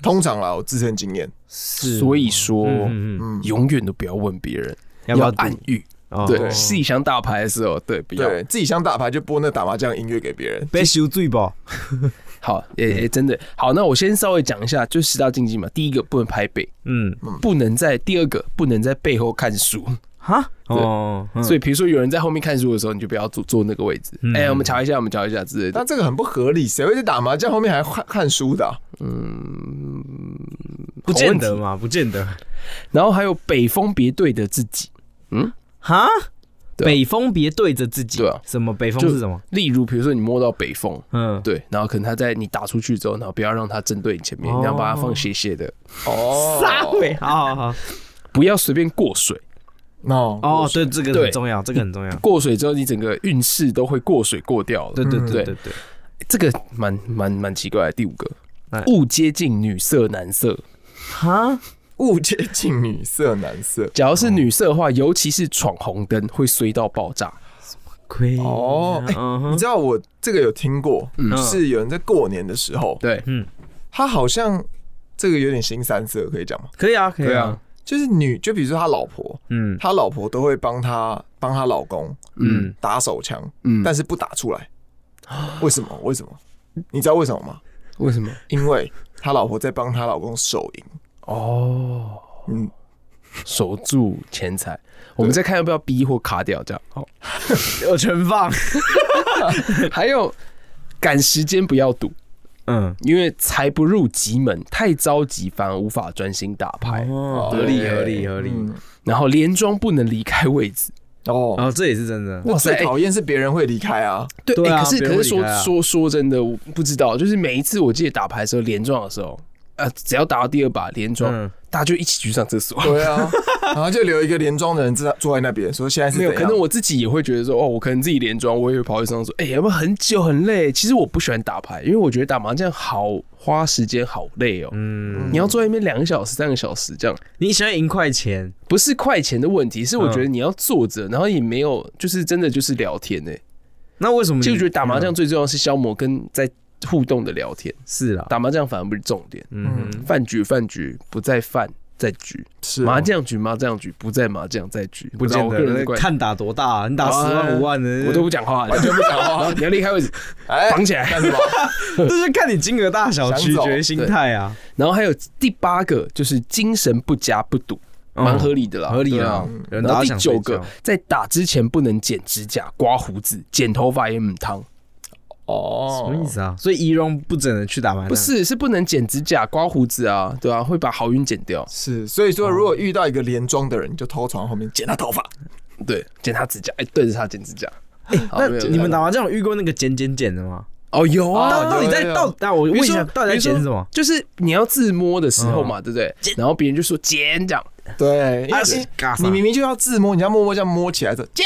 S3: 通常啦，我自身经验，
S5: 是，
S4: 所以说、
S5: 嗯嗯嗯
S3: 嗯，
S4: 永远都不要问别人，
S5: 要不要赌
S4: 暗喻。
S5: 哦
S4: 对，自己想打牌的时候，对，不要。
S3: 对自己想打牌就播那打麻将音乐给别人，
S5: 被羞罪吧？
S4: 好，诶、
S5: 嗯
S4: 诶真的好。那我先稍微讲一下，就十大禁忌嘛。第一个不能拍背，
S5: 嗯，
S4: 不能在；第二个不能在背后看书。
S5: 哈，哦，嗯
S4: 所以，比如说有人在后面看书的时候，你就不要坐坐那个位置。哎、
S5: 嗯
S4: 我们瞧一下，我们瞧一下之类的。
S3: 但这个很不合理，谁会在打麻将后面还看看书的啊、
S5: 不见
S4: 好
S5: 得
S4: 问题
S5: 嘛，不见得。
S4: 然后还有北风别对着自己，
S5: 哈，
S4: 对啊
S5: [LAUGHS] 北风别对着自己。
S4: 对啊
S5: 什么北风
S4: 就是
S5: 什么？
S4: 例如比如说你摸到北风，
S5: 嗯，
S4: 对，然后可能他在你打出去之后，然后不要让它正对你前面，
S5: 哦
S4: 你要把它放斜斜的，
S3: 哦，
S5: 撒回，好好好。
S4: 不要随便过水。
S3: no，
S5: 哦，对，这个
S4: 对
S5: 很重要，这个很重要。
S4: 过水之后，你整个运势都会过水过掉了。
S5: 对对对
S4: 对
S5: 对对，
S4: 这个蛮蛮蛮奇怪的。第五个
S5: 哎，
S4: 勿接近女色男色。
S5: 哈，
S3: 勿接近女色男色。
S4: 假如
S5: 哦
S4: 是女色的话，尤其是闯红灯，会衰到爆炸。
S5: 亏
S3: 哦哎
S5: 嗯
S3: 你
S5: 哼
S3: 知道我这个有听过，
S4: 嗯
S3: 就是有人在过年的时候，
S4: 对，
S5: 嗯
S3: 他好像这个有点新三色，可以讲吗？
S5: 可以啊，可以
S4: 对
S5: 啊
S4: 啊，，
S3: 就是女，就比如说他老婆，
S5: 嗯
S3: 他老婆都会帮他帮他老公
S5: 嗯，
S3: 打手枪，
S4: 嗯，
S3: 但是不打出来， [GASPS] 为什么？为什么？你知道为什么吗？
S4: 为什么？
S3: 因为他老婆在帮他老公手淫。
S4: 哦，
S3: 嗯，
S4: 守住钱财，我们再看要不要逼或卡掉这样。好，
S5: 有存放，
S4: 还有赶时间不要赌，
S5: 嗯，
S4: 因为财不入急门，太着急反而无法专心打牌。
S5: 哦，合
S3: 对
S5: 理合理合理。
S3: 嗯
S4: 然后连庄不能离开位置。
S3: 哦，
S5: 哦，这也是真的。
S3: 那最
S4: 哇塞
S3: 讨厌是别人会离开啊。
S4: 对
S5: 对啊
S4: 欸可是
S5: 别
S4: 可
S5: 人
S4: 是
S5: 会离
S4: 说
S5: 开啊
S4: 说说真的，我不知道，就是每一次我记得打牌的时候连庄的时候，呃，只要打到第二把连庄，
S5: 嗯
S4: 大家就一起去上厕
S5: [LAUGHS] 哎
S4: 所。
S3: 对啊，然后就留一个连庄的人坐坐在那边，说现在是
S4: 没有，
S3: 怎
S4: 可
S3: 样
S4: 能我自己也会觉得说，哦，我可能自己连庄，我也会跑去上厕所。哎、有没有很久很累？其实我不喜欢打牌，因为我觉得打麻将好花时间，好累哦。
S5: 嗯，
S4: 你要坐在那边两个小时、三个小时这样，
S5: 你喜欢赢快钱？
S4: 不是快钱的问题，是我
S5: 嗯
S4: 觉得你要坐着，然后也没有，就是真的就是聊天呢、
S5: 嗯那为什么你？
S4: 其实我觉得打
S5: 嗯
S4: 麻将最重要的是消磨跟在互动的聊天，
S5: 是啊啦，
S4: 打麻将反而不是重点。
S5: 嗯哼，
S4: 饭局饭局不在饭在局，
S3: 是哦
S4: 麻将局麻将局不在麻将在局，
S5: 啊不
S4: 知道
S5: 见
S4: 我个人
S5: 得
S4: 的，观点，哎
S5: 看打多大啊，你打十万五万的，
S4: 我都不讲话，完全不讲话， [LAUGHS] 你要离开位置，
S3: 哎
S4: 绑起来。
S3: 干什
S4: [LAUGHS]
S3: 么？
S5: [LAUGHS] 这就是看你金额大小
S3: 想
S5: 取
S3: 走
S5: 决心态啊。
S4: 然后还有第八个就是精神不佳不赌，蛮合理的啦，
S5: 嗯合理
S4: 对
S5: 啦
S4: 啊。
S5: 有
S4: 然
S5: 人打
S4: 后
S5: 到
S4: 第
S5: 想睡
S4: 九
S5: 觉
S4: 个，在打之前不能剪指甲、刮胡子、剪头发也母汤，
S3: 哦，
S5: 什么意？思啊？所以仪容不整的去打麻将，
S4: 不是是不能剪指甲、刮胡子啊，对啊，会把好运剪掉，
S3: 是，所以说如
S5: 哦
S3: 果遇到一个连庄的人，你就偷从后面剪他头发。
S4: 对，剪他指甲，哎，对着他剪指甲。好
S5: 哎那
S4: 没有
S5: 你们
S4: 没有
S5: 打麻将哦有遇过那个剪剪剪的吗？
S4: 哦有啊，
S5: 到到底在
S3: 有有有
S5: 到那我问
S4: 比
S5: 一
S4: 如说
S5: 下，到底在剪什么？？嗯
S4: 就是你要自摸的时候嘛，对不对？然后别人就说剪这样，
S3: [LAUGHS] 对，因为
S5: 是嘎
S3: 你明明就要自摸，你要默默这样摸起来的，剪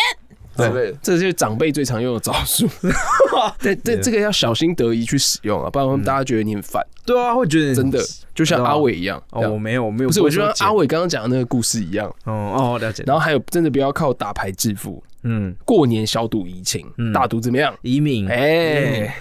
S3: 之类的。
S4: 这就是长辈最常用的招
S5: [LAUGHS]
S4: 数。但但这个要小心得宜去使用啊，不
S5: 嗯
S4: 然大家觉得你很烦。
S5: 对啊，会觉得
S4: 真的就像阿伟一样，这
S5: 哦，
S4: 样
S5: 我没有，我没有，
S4: 不是，我就
S5: 说
S4: 像
S5: 剪
S4: 阿伟刚刚讲的那个故事一样。
S5: 哦哦，了解。
S4: 然后还有，真的不要靠打牌致富，
S5: 嗯，
S4: 过年小赌怡情，
S5: 嗯
S4: 大赌怎么样？
S5: 移民
S4: 哎，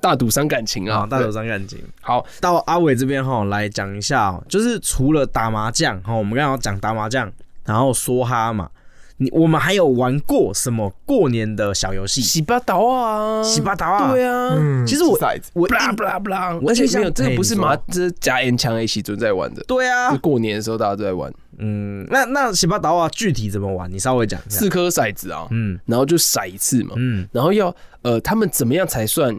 S4: 大赌伤感情
S5: 啊
S4: 啊，，
S5: 大手
S4: 对
S5: 伤感情。
S4: 好，
S5: 到阿伟这边哈，来讲一下哦，就是除了打麻将哈，我们刚刚有讲打麻将，然后梭哈嘛，你我们还有玩过什么过年的小游戏？
S4: 洗巴岛啊，
S5: 洗巴达啊
S4: 对啊，
S3: 嗯，
S5: 其实我
S3: 是骰子
S5: 我
S4: 不啦
S5: 印
S4: 不啦不啦，
S5: 我
S4: 而且
S5: 印象
S4: 没有，这个
S5: 嘿
S4: 不是
S5: 哎你说
S4: 麻，这是加 N 强 A 喜尊在玩的，
S5: 对啊
S4: 是，过年的时候大家都在玩，
S5: 嗯，那那洗巴达啊具体怎么玩？你稍微讲一下。
S4: 四颗骰子啊，
S5: 嗯
S4: 然后就骰一次嘛，
S5: 嗯
S4: 然后要呃，他们怎么样才算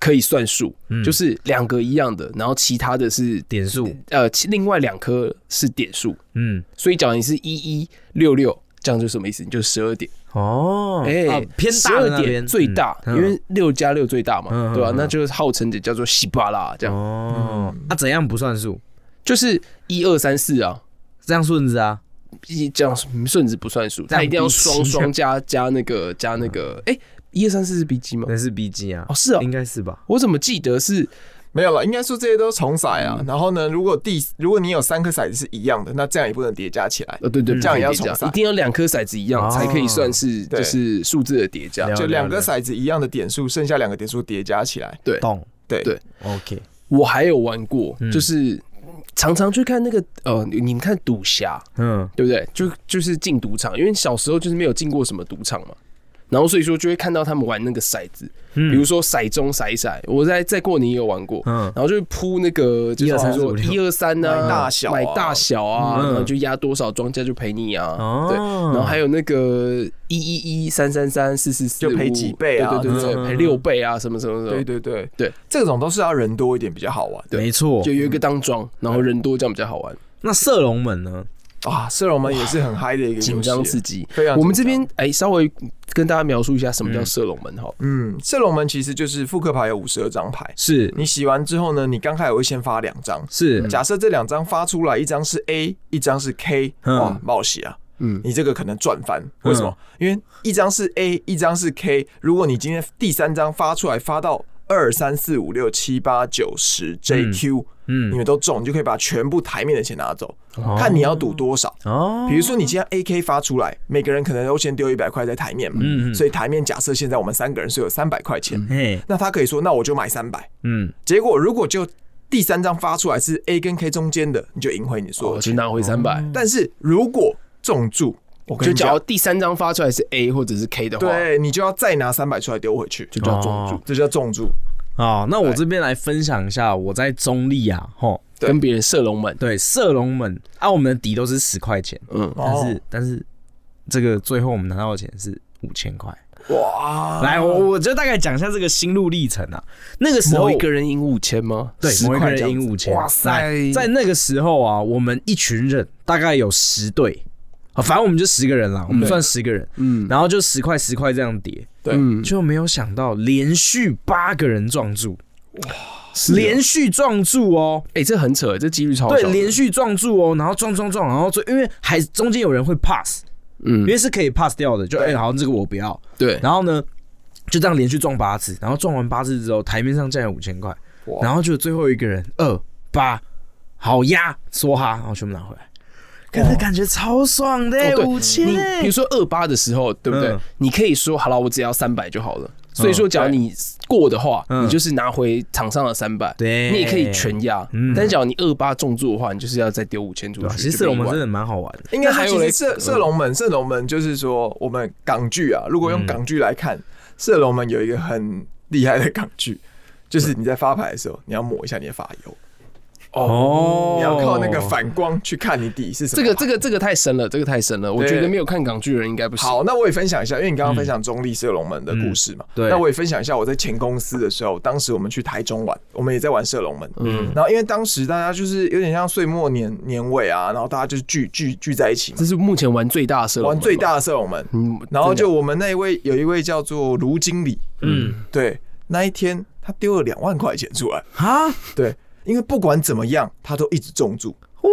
S4: 可以算数？
S5: 嗯
S4: 就是两个一样的，然后其他的是
S5: 点数，
S4: 呃，其另外两颗是点数，
S5: 嗯
S4: 所以假如你是一一六六，这样就什么意思？你就十二点，
S5: 哦，
S4: 哎、
S5: 啊偏
S4: 十
S5: 大的
S4: 二
S5: 那
S4: 点
S5: 边
S4: 最大，
S5: 嗯
S4: 因为六加六最大嘛，
S5: 嗯嗯
S4: 对吧、
S5: 嗯
S4: 那就是号称也叫做西巴拉，这样、
S5: 哦，
S4: 嗯
S5: 那怎样不算数？
S4: 就是一二三四啊。
S5: 这样顺子
S4: 哦
S5: 啊，
S4: 一这样顺子不算数，
S5: 这样
S4: 它一定要
S5: 比七
S4: 双双
S5: 样嗯
S4: 加加那个加那个，哎、一二三四是 B G 吗？
S5: 那是 B G 啊
S4: 哦，，是哦，
S5: 应该是吧？
S4: 我怎么记得是
S3: 没有了，应该说这些都是重骰
S4: 嗯
S3: 啊。然后呢，如果第如果你有三颗骰子是一样的，那这样也不能叠加起来，
S4: 呃，对对，
S3: 这样也要
S4: 叠
S3: 重
S4: 加
S3: 算
S4: 一定要两颗骰子一样
S5: 哦
S4: 才可以算是
S3: 对
S4: 就是数字的叠加
S5: 了。解
S3: 就两个
S5: 了解
S3: 骰子一样的点数，剩下两个点数叠加起来。
S4: 对，
S5: 懂
S3: 对
S4: 对
S5: ，OK，
S4: 我还有玩过，
S5: 嗯
S4: 就是常常去看那个呃，你们看赌侠
S5: 嗯，
S4: 对不对？就就是进赌场，因为小时候就是没有进过什么赌场嘛。然后所以说就会看到他们玩那个骰子，比
S5: 比
S4: 如说骰盅、骰骰，我在在过年也有玩过，
S5: 嗯
S4: 然后就铺那个就是
S5: 123
S4: 说
S5: 456
S4: 一二三啊，
S3: 买大小啊
S4: 买大小啊，
S5: 嗯
S4: 然后就压多少庄家就赔你啊，
S5: 哦
S4: 对，然后还有那个一一一三三三四四四，
S3: 就赔几倍啊
S4: 对对对
S5: 嗯
S4: 对，赔六倍啊，什么什么什
S3: 对
S4: 么，
S3: 对对
S4: 对，
S3: 这种都是要人多一点比较好玩
S4: 对
S5: 哦没错
S4: 就。有一个当
S5: 嗯
S4: 庄，然后人多这样比较好玩，
S5: 那射龙门呢？
S3: 啊。射龙门也是很嗨的一个游戏
S4: 紧张刺激。
S5: 啊
S3: 非常紧张
S4: 我们这边哎，稍微跟大家描述一下什么叫射龙门好了，
S3: 嗯，射龙门其实就是复刻牌有五十二张牌，
S5: 是
S3: 你洗完之后呢，你刚开始会先发两张。
S5: 是，
S4: 嗯
S3: 假设这两张发出来，一张是 A，一张是 K，
S5: 嗯
S3: 哇，冒险啊！
S4: 嗯，
S3: 你这个可能赚翻，为什么？因为一张是 A，一张是 K。如果你今天第三张发出来发到二三四五六七八九十 JQ，你
S5: 嗯，
S3: 们都中，你就可以把全部台面的钱拿走，看你要赌多少。
S5: 哦，
S3: 比如说你今天 AK 发出来，每个人可能都先丢一百块在台面嘛，
S5: 嗯嗯嗯
S3: 所以台面假设现在我们三个人是有三百块钱，
S5: 嘿，
S3: 那他可以说那我就买三百。
S5: 嗯，
S3: 结果如果就第三张发出来是 A 跟 K 中间的，你就赢回你所有
S4: 我哦就
S3: 钱。
S4: 拿回三百。
S5: 哦
S3: 但是如果中注，我
S4: 就假如第三张发出来是 A 或者是 K 的话，
S3: 对你就要再拿三百出来丢回去，
S4: 就叫中注
S5: 哦，
S3: 这叫中注。
S5: 哦，那我这边来分享一下，我在中立啊，吼，
S3: 对
S4: 跟别人射龙门。
S5: 对，射龙门啊，我们的底都是十块钱，
S4: 嗯，
S5: 但是、
S3: 哦
S5: 但是这个最后我们拿到的钱是五千块。
S3: 哦
S4: 哦
S3: 哇，
S5: 来，我我就大概讲一下这个心路历程啊。那个时候
S4: 某一个人赢五千吗？
S5: 对
S4: 10
S5: 某一个
S4: 块这
S5: 人
S4: 样子
S5: 赢五千，
S4: 哇塞！
S5: 在那个时候啊，我们一群人大概有十队，啊，反正我们就十个人啦，我们算十个人，
S4: 嗯，
S5: 然后就十块十块这样叠，
S3: 对
S4: 嗯，
S5: 就没有想到连续八个人撞柱，
S4: 是哦
S5: 连续撞柱哦，
S4: 哎，这很扯，这几率超小的
S5: 对，连续撞柱哦，然后撞撞撞，然后最因为还中间有人会 pass，
S4: 嗯
S5: 因为是可以 pass 掉的，就哎、
S3: 对
S5: 好像这个我不要，
S4: 对，
S5: 然后呢，就这样连续撞八次，然后撞完八次之后，台面上占有五千块，
S3: 哇
S5: 然后就最后一个人二八好压梭哈，然后全部拿回来，可是感觉超爽的、
S4: 哦对
S5: 五千、
S4: 你比如说二八的时候，对不对
S5: 嗯？
S4: 你可以说好了，我只要三百就好了。
S3: 嗯
S4: 所以说，假如你过的话，
S5: 嗯
S4: 你就是拿回场上的三百，
S5: 对
S4: 你也可以全压
S5: 嗯。
S4: 但是假如你二八中注的话，你就是要再丢五千出
S5: 对啊
S4: 去。
S5: 其实
S4: 就
S5: 射
S4: 变
S5: 龙门
S4: 一万
S5: 真的蛮好玩的，
S3: 应该还
S4: 还有
S3: 有
S4: 嘞嗯
S3: 射射龙门，射龙门就是说我们港剧啊，如果
S4: 嗯
S3: 用港剧来看，射龙门有一个很厉害的港剧，
S4: 嗯
S3: 就是你在发牌的时候，你要抹一下你的发油，
S5: 哦
S3: 你要靠那个反光去看你底是什么
S4: 这
S3: 牌。
S4: 个这个这个太深了，这个太深了。我
S3: 对
S4: 觉得没有看港剧的人应该不行。嗯
S3: 好，那我也分享一下，因为你刚刚分享中立射龙门的故事嘛，
S5: 对
S3: 那我也分享一下我在前公司的时候，当时我们去台中玩，我们也在玩射龙门，
S4: 嗯
S3: 嗯，然后因为当时大家就是有点像岁末年年尾啊，然后大家就是聚聚聚在一起嘛
S4: 这，是目前玩最大的射龙门
S3: 玩
S4: 吧
S3: 最，大的射龙门，
S4: 嗯，
S3: 然后
S4: 真的
S3: 就我们那一位有一位叫做卢经理，
S5: 嗯
S3: 对，那一天他丢了两万块钱出来，
S5: 啊，
S3: 对，因为不管怎么样，他都一直中注，
S5: 哦，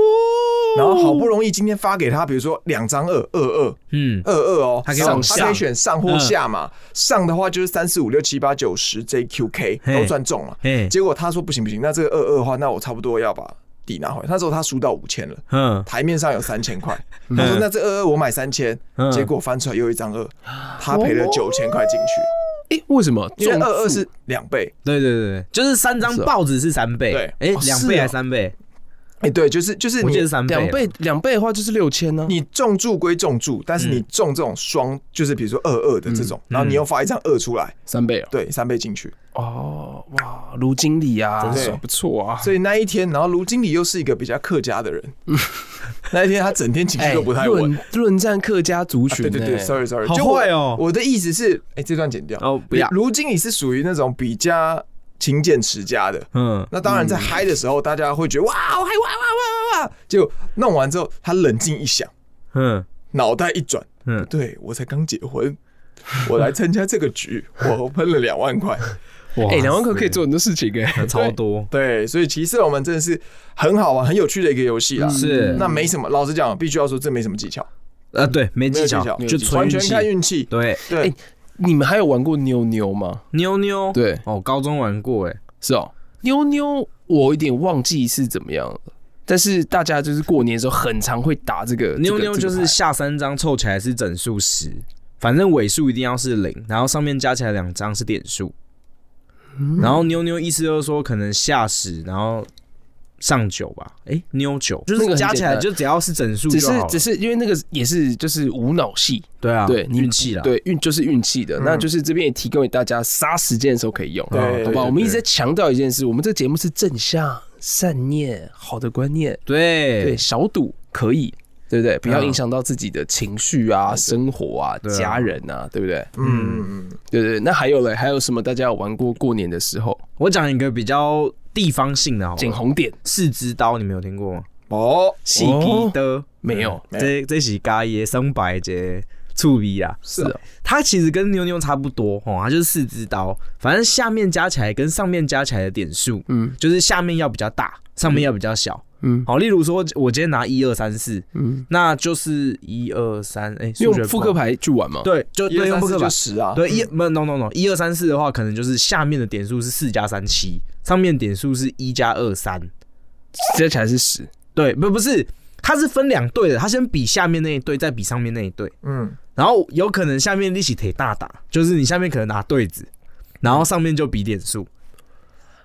S3: 然后好不容易今天发给他，比如说两张二二二
S5: 嗯
S3: 二二哦，
S5: 他可以
S3: 上
S5: 往
S3: 他
S5: 下嗯
S3: 可以选上或下嘛，上的话就是三四五六七八九十 JQK
S5: 嘿
S3: 都算中了，
S5: 嘿
S3: 结果他说不行不行，那这个二二的话，那我差不多要把底拿回来，那时候他输到五千了。
S5: 嗯，
S3: 台面上有三千
S5: [LAUGHS]
S3: 块，他说那这二二我买三千
S5: 嗯，
S3: 结果翻出来又一张二，他赔了九千块进去，
S4: 哎，为什么？
S3: 因为
S4: 中
S3: 二二
S4: 注
S3: 是两倍，
S5: 对对对对，就是三张
S4: 是哦
S5: 报纸是三倍，
S3: 对
S5: 哎
S3: 哦，
S5: 两
S3: 是
S5: 倍
S3: 哦
S5: 还三倍，
S3: 哎，对，就是就是
S5: 我记得是
S3: 你
S5: 三倍，
S4: 两倍两倍的话就是六千呢。
S3: 你中注归中注，但是你
S5: 嗯
S3: 中这种双，就是比如说二二的这种，然后你又发一张二出来，
S4: 三倍哦，
S3: 对，三倍进去。
S4: 哦哇，卢经理啊，
S3: 真
S4: 爽
S3: 爽
S4: 不错啊。
S3: 所以那一天，然后卢经理又是一个比较客家的人，
S5: [LAUGHS]
S3: 那一天他整天情绪都不太
S5: 哎
S3: 稳。
S4: 哎
S3: 啊
S4: 论论战客家族群
S3: 对
S4: 呢，
S3: 对对，sorry sorry，
S5: 好
S3: 就我
S5: 坏哦
S3: 我的意思是，哎，这段剪掉。
S5: 哦，不要，
S3: 卢经理是属于那种比较勤俭持家的，
S5: 嗯，
S3: 那当然，在嗨的时候，大家会觉得哇，好嗨哇哇哇哇哇！结果弄完之后，他冷静一想，
S5: 嗯
S3: 脑袋一转，
S5: 嗯
S3: 不对，我才刚结婚，我来参加这个局，我喷了两万块。
S5: 哇
S4: 哎，两万块可以做很多事情哎，
S5: 超多，
S3: 对，所以骑士龙门真的是很好玩、很有趣的一个游戏啦。
S5: 是
S3: 那没什么，老实讲，必须要说这没什么技巧，
S5: 呃，对，没
S3: 没有
S5: 技巧
S3: 技巧，
S5: 就纯
S3: 完
S5: 运
S3: 全
S5: 气，
S3: 看运气。
S5: 对，
S3: 对
S4: 哎，你们还有玩过妞妞吗？
S5: 妞妞，
S4: 对，
S5: 哦，高中玩过，哎，
S4: 是哦，妞妞我有点忘记是怎么样了，但是大家就是过年的时候很常会打这个
S5: 妞妞
S4: 这个这
S5: 就
S4: 个
S5: 是
S4: 牌
S5: 下三张凑起来是整数十，反正尾数一定要是零，然后上面加起来两张是点数。
S4: 嗯
S5: 然后妞妞意思就是说可能下十，然后上九吧，哎，妞九就
S4: 那个
S5: 是
S4: 很
S5: 加起来
S4: 简单
S5: 就只要是整数
S4: 只
S5: 就好
S4: 是
S5: 了
S4: 只是因为那个也是就是无脑戏，
S5: 对啊，
S4: 对你
S5: 运气啦，，嗯
S4: 对运就是运气的，那就是这边也提供给大家杀时间的时候可以用，
S3: 对对
S4: 好
S3: 对
S4: 吧？我们一直
S3: 对
S4: 在强调一件事，我们这个节目是正向、善念、好的观念，
S5: 对
S4: 对，小赌可以。对不对？不要
S5: 嗯
S4: 影响到自己的情绪啊、生活啊、
S5: 对啊
S4: 家人啊，对不对？
S3: 嗯，嗯嗯
S4: 对对对。那还有嘞，还有什么？大家有玩过过年的时候
S5: 我讲一个比较地方性的好了，
S4: 捡红点、
S5: 四只刀，你们有听过吗？
S3: 哦，
S5: 四支刀
S4: 哦没有？哎
S3: 没有
S5: 这这是家爷生白节醋逼啦，
S3: 是啊
S5: 它其实跟妞妞差不多哦，它就是四只刀，反正下面加起来跟上面加起来的点数，
S4: 嗯
S5: 就是下面要比较大，上面要比较小。
S4: 嗯
S5: 好，例如说我今天拿一二三四，
S4: 嗯，
S5: 那就是一二三，哎，数
S4: 用
S5: 学不好
S4: 扑克，牌去玩嘛？
S5: 对，就
S3: 一
S5: 对
S3: 二
S5: 用
S3: 三
S5: 扑
S3: 四
S5: 克牌
S3: 就，十啊，
S5: 对一没 no no no，一二三四的话，可能就是下面的点数是四加三七，上面点数是一加二三。
S4: 加起来是十。
S5: 对，不不是，它是分两队的，它先比下面那一队，再比上面那一队，
S3: 嗯，
S5: 然后有可能下面一起铁大打，就是你下面可能拿对子，然后上面就比点数。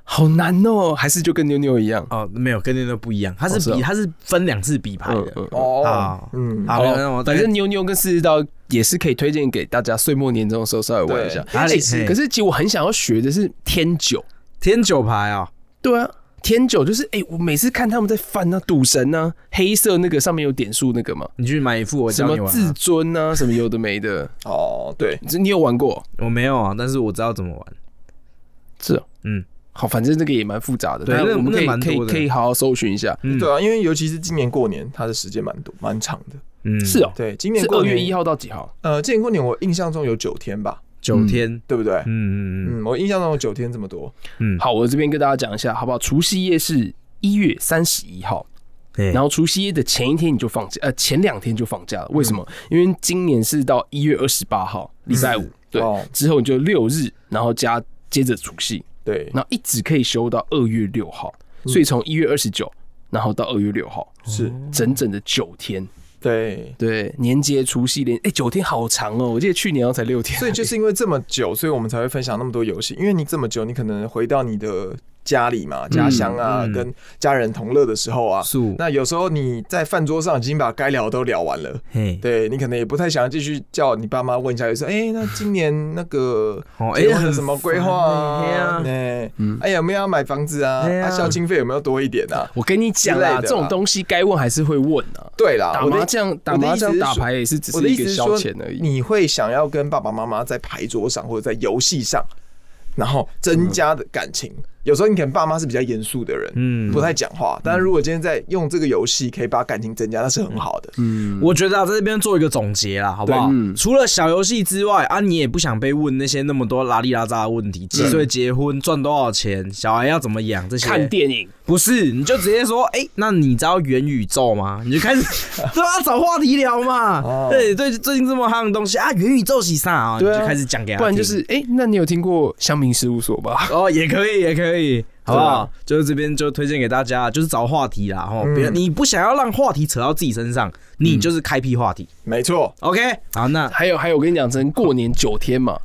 S4: 好难哦，还是就跟妞妞一样。
S5: 哦，没有，跟那个不一样，它是
S4: 哦是
S5: 比、
S4: 哦
S5: 它是分两次比牌的。
S4: 嗯
S3: 哦
S5: 啊，
S3: 嗯，
S5: 啊，没有，那
S4: 好，
S5: 我
S4: 反正妞妞跟四十刀也是可以推荐给大家，岁末年终的时候稍微玩一下。
S5: 哪里
S4: 哎是
S5: 嘿
S4: 可是其实我很想要学的是天九，
S5: 天九牌啊，
S4: 对啊，天九就是哎、我每次看他们在翻啊，赌神啊，黑色那个上面有点数那个嘛，
S5: 你去买一副我
S4: 什
S5: 教
S4: 么
S5: 你玩、
S4: 至
S5: 啊。
S4: 尊啊，什么有的没
S5: [LAUGHS]
S4: 的，
S3: 哦，对，
S4: 这你有玩过？
S5: 我没有啊，但是我知道怎么玩。
S4: 是哦，
S5: 嗯，
S4: 好，反正这个也蛮复杂的，
S5: 对
S4: 但
S5: 那
S4: 我们可以
S5: 那蛮
S4: 可以
S5: 多的
S4: 可以好好搜寻一下。
S5: 嗯
S3: 对啊，因为尤其是今年过年，它的时间蛮多蛮长的。
S5: 嗯，
S4: 是哦，
S3: 对，今
S4: 是
S3: 年
S4: 二
S3: 过
S4: 月一
S3: 年，
S4: 号到几号？
S3: 呃，今年过年我印象中有九天吧，
S4: 嗯
S5: 九天。
S3: 对不对？
S5: 嗯嗯嗯
S3: 嗯，我印象中有九天这么多。
S5: 嗯，
S4: 好，我这边跟大家讲一下，好不好？除夕夜是一月三十一号，
S5: 嘿
S4: 然后除夕夜的前一天你就放假，呃，前两天就放假了。为什么？
S5: 嗯
S4: 因为今年是到一月二十八号，礼拜五，对
S3: 哦，
S4: 之后你就六日，然后加接着除夕，
S3: 对，
S4: 然后一直可以休到二月六号，
S5: 嗯
S4: 所以从一月二十九，然后到二月六号，
S3: 是，
S4: 整整的九天。
S3: 对。
S4: 对，年节除夕连，哎、九天好长哦！我记得去年好像才六天，
S3: 所以就是因为这么久，所以我们才会分享那么多游戏。因为你这么久，你可能回到你的家里嘛、家乡啊，
S5: 嗯
S3: 跟家人同乐的时候
S4: 嗯
S3: 啊，
S5: 素
S3: 那有时候你在饭桌上已经把该聊的都聊完了，
S5: 嘿，
S3: 对你可能也不太想继续叫你爸妈问一下，有时候哎、那今年那个
S5: 哦哎
S3: 结婚有什么规划
S5: 很烦
S3: 啊？
S5: 欸
S3: 哎，哎有没有要买房子啊？
S5: 对啊
S3: 啊，孝经费有没有多一点啊？
S4: 我跟你讲
S3: 之类的啦
S4: 啦，这种东西该问还是会问啊。
S3: 对啦，
S4: 打
S3: 我的
S4: 麻将、打麻将、打牌也是只
S3: 我的
S4: 是
S3: 意
S4: 一
S3: 思
S4: 个
S3: 是
S4: 消
S3: 说
S4: 遣而已。
S3: 你会想要跟爸爸妈妈在牌桌上或者在游戏上，然后增加的感情。有时候你可能爸妈是比较严肃的人，
S5: 嗯
S3: 不太讲话。但如果今天在用这个游戏可以把感情增加，那是很好的。
S4: 嗯，
S5: 我觉得啊，在这边做一个总结啦，好不好？
S4: 对嗯
S5: 除了小游戏之外啊，你也不想被问那些那么多拉里拉扎的问题，几岁结婚，赚多少钱，小孩要怎么养这些。
S4: 看电影，
S5: 不是，你就直接说，哎、那你知道元宇宙吗？你
S4: [LAUGHS]
S5: 就开始对啊，找话题聊嘛。
S3: 哦
S5: 对对，最近这么夯的东西啊，元宇宙是啥啊？
S4: 对啊
S5: 你就开始讲给他
S4: 不
S5: 听，
S4: 然就是哎、那你有听过乡民事务所吧？
S5: 哦，也可以，也可以，
S4: 啊
S5: 好不好？就是这边就推荐给大家，就是找话题啦，
S4: 嗯
S5: 吼，别、你不想要让话题扯到自己身上，你就是开辟话题。
S3: 没错，
S5: OK，好，那
S4: 还有还有，我跟你讲真，过年九天嘛，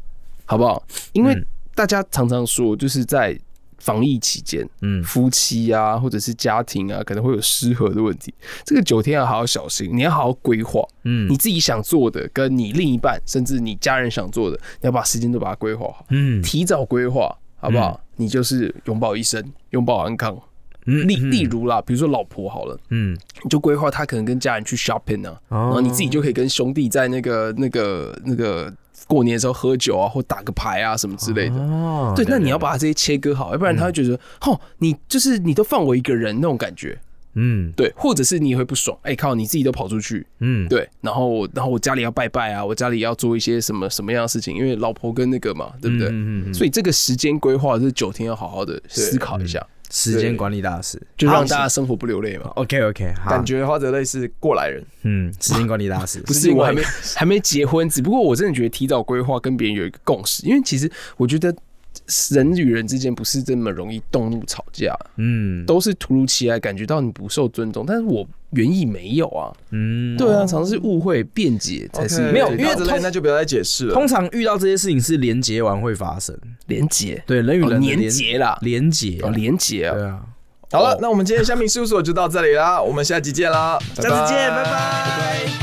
S4: 好不好？因为
S5: 嗯
S4: 大家常常说，就是在防疫期间，
S5: 嗯
S4: 夫妻啊，或者是家庭啊，可能会有失和的问题。这个九天要好好小心，你要好好规划。
S5: 嗯
S4: 你自己想做的，跟你另一半，甚至你家人想做的，你要把时间都把它规划好，
S5: 嗯
S4: 提早规划，好不好？你就是拥抱一生，拥抱安康。
S5: 嗯
S4: 例例如啦，比如说老婆好了，
S5: 嗯
S4: 你就规划她可能跟家人去 shopping 啊，
S5: 哦
S4: 然后你自己就可以跟兄弟在那个那个那个过年的时候喝酒啊，或打个牌啊什么之类的。
S5: 哦
S4: 对，那你要把它这些切割好，要不然他会觉得，哦，你就是你都放我一个人那种感觉，
S5: 嗯
S4: 对，或者是你也会不爽，哎、靠，你自己都跑出去，
S5: 嗯
S4: 对，然后我然后我家里要拜拜啊，我家里要做一些什么什么样的事情，因为老婆跟那个嘛，对不对？
S5: 嗯嗯嗯
S4: 所以这个时间规划这九天要好好的思考一下，
S5: 时间管理大师
S4: 就让大家生活不流泪嘛。
S5: ，OK OK，好，
S4: 啊
S3: 感觉花泽类是过来人，
S5: 嗯，时间管理大师
S4: 不是，我还 [LAUGHS] 没还没结婚，只不过我真的觉得提早规划跟别人有一个共识，因为其实我觉得人与人之间不是这么容易动怒吵架，
S5: 嗯
S4: 都是突如其来感觉到你不受尊重，但是我原意没有啊。
S5: 嗯，
S4: 对啊，常常是误会辩解才是哦
S3: OK，
S5: 没有因为
S3: 花泽类
S5: 通
S3: 那就不要再解释了
S5: 通。常遇到这些事情是连结完会发生，
S4: 连结
S5: 对人与
S4: 哦
S5: 人的
S4: 连结啦，
S5: 连结
S4: 哦，连结啊
S5: 对。啊，
S3: 好了
S4: 哦，
S3: 那我们今天香民事务所就到这里啦，我们下集见啦，
S5: 下次见，拜拜。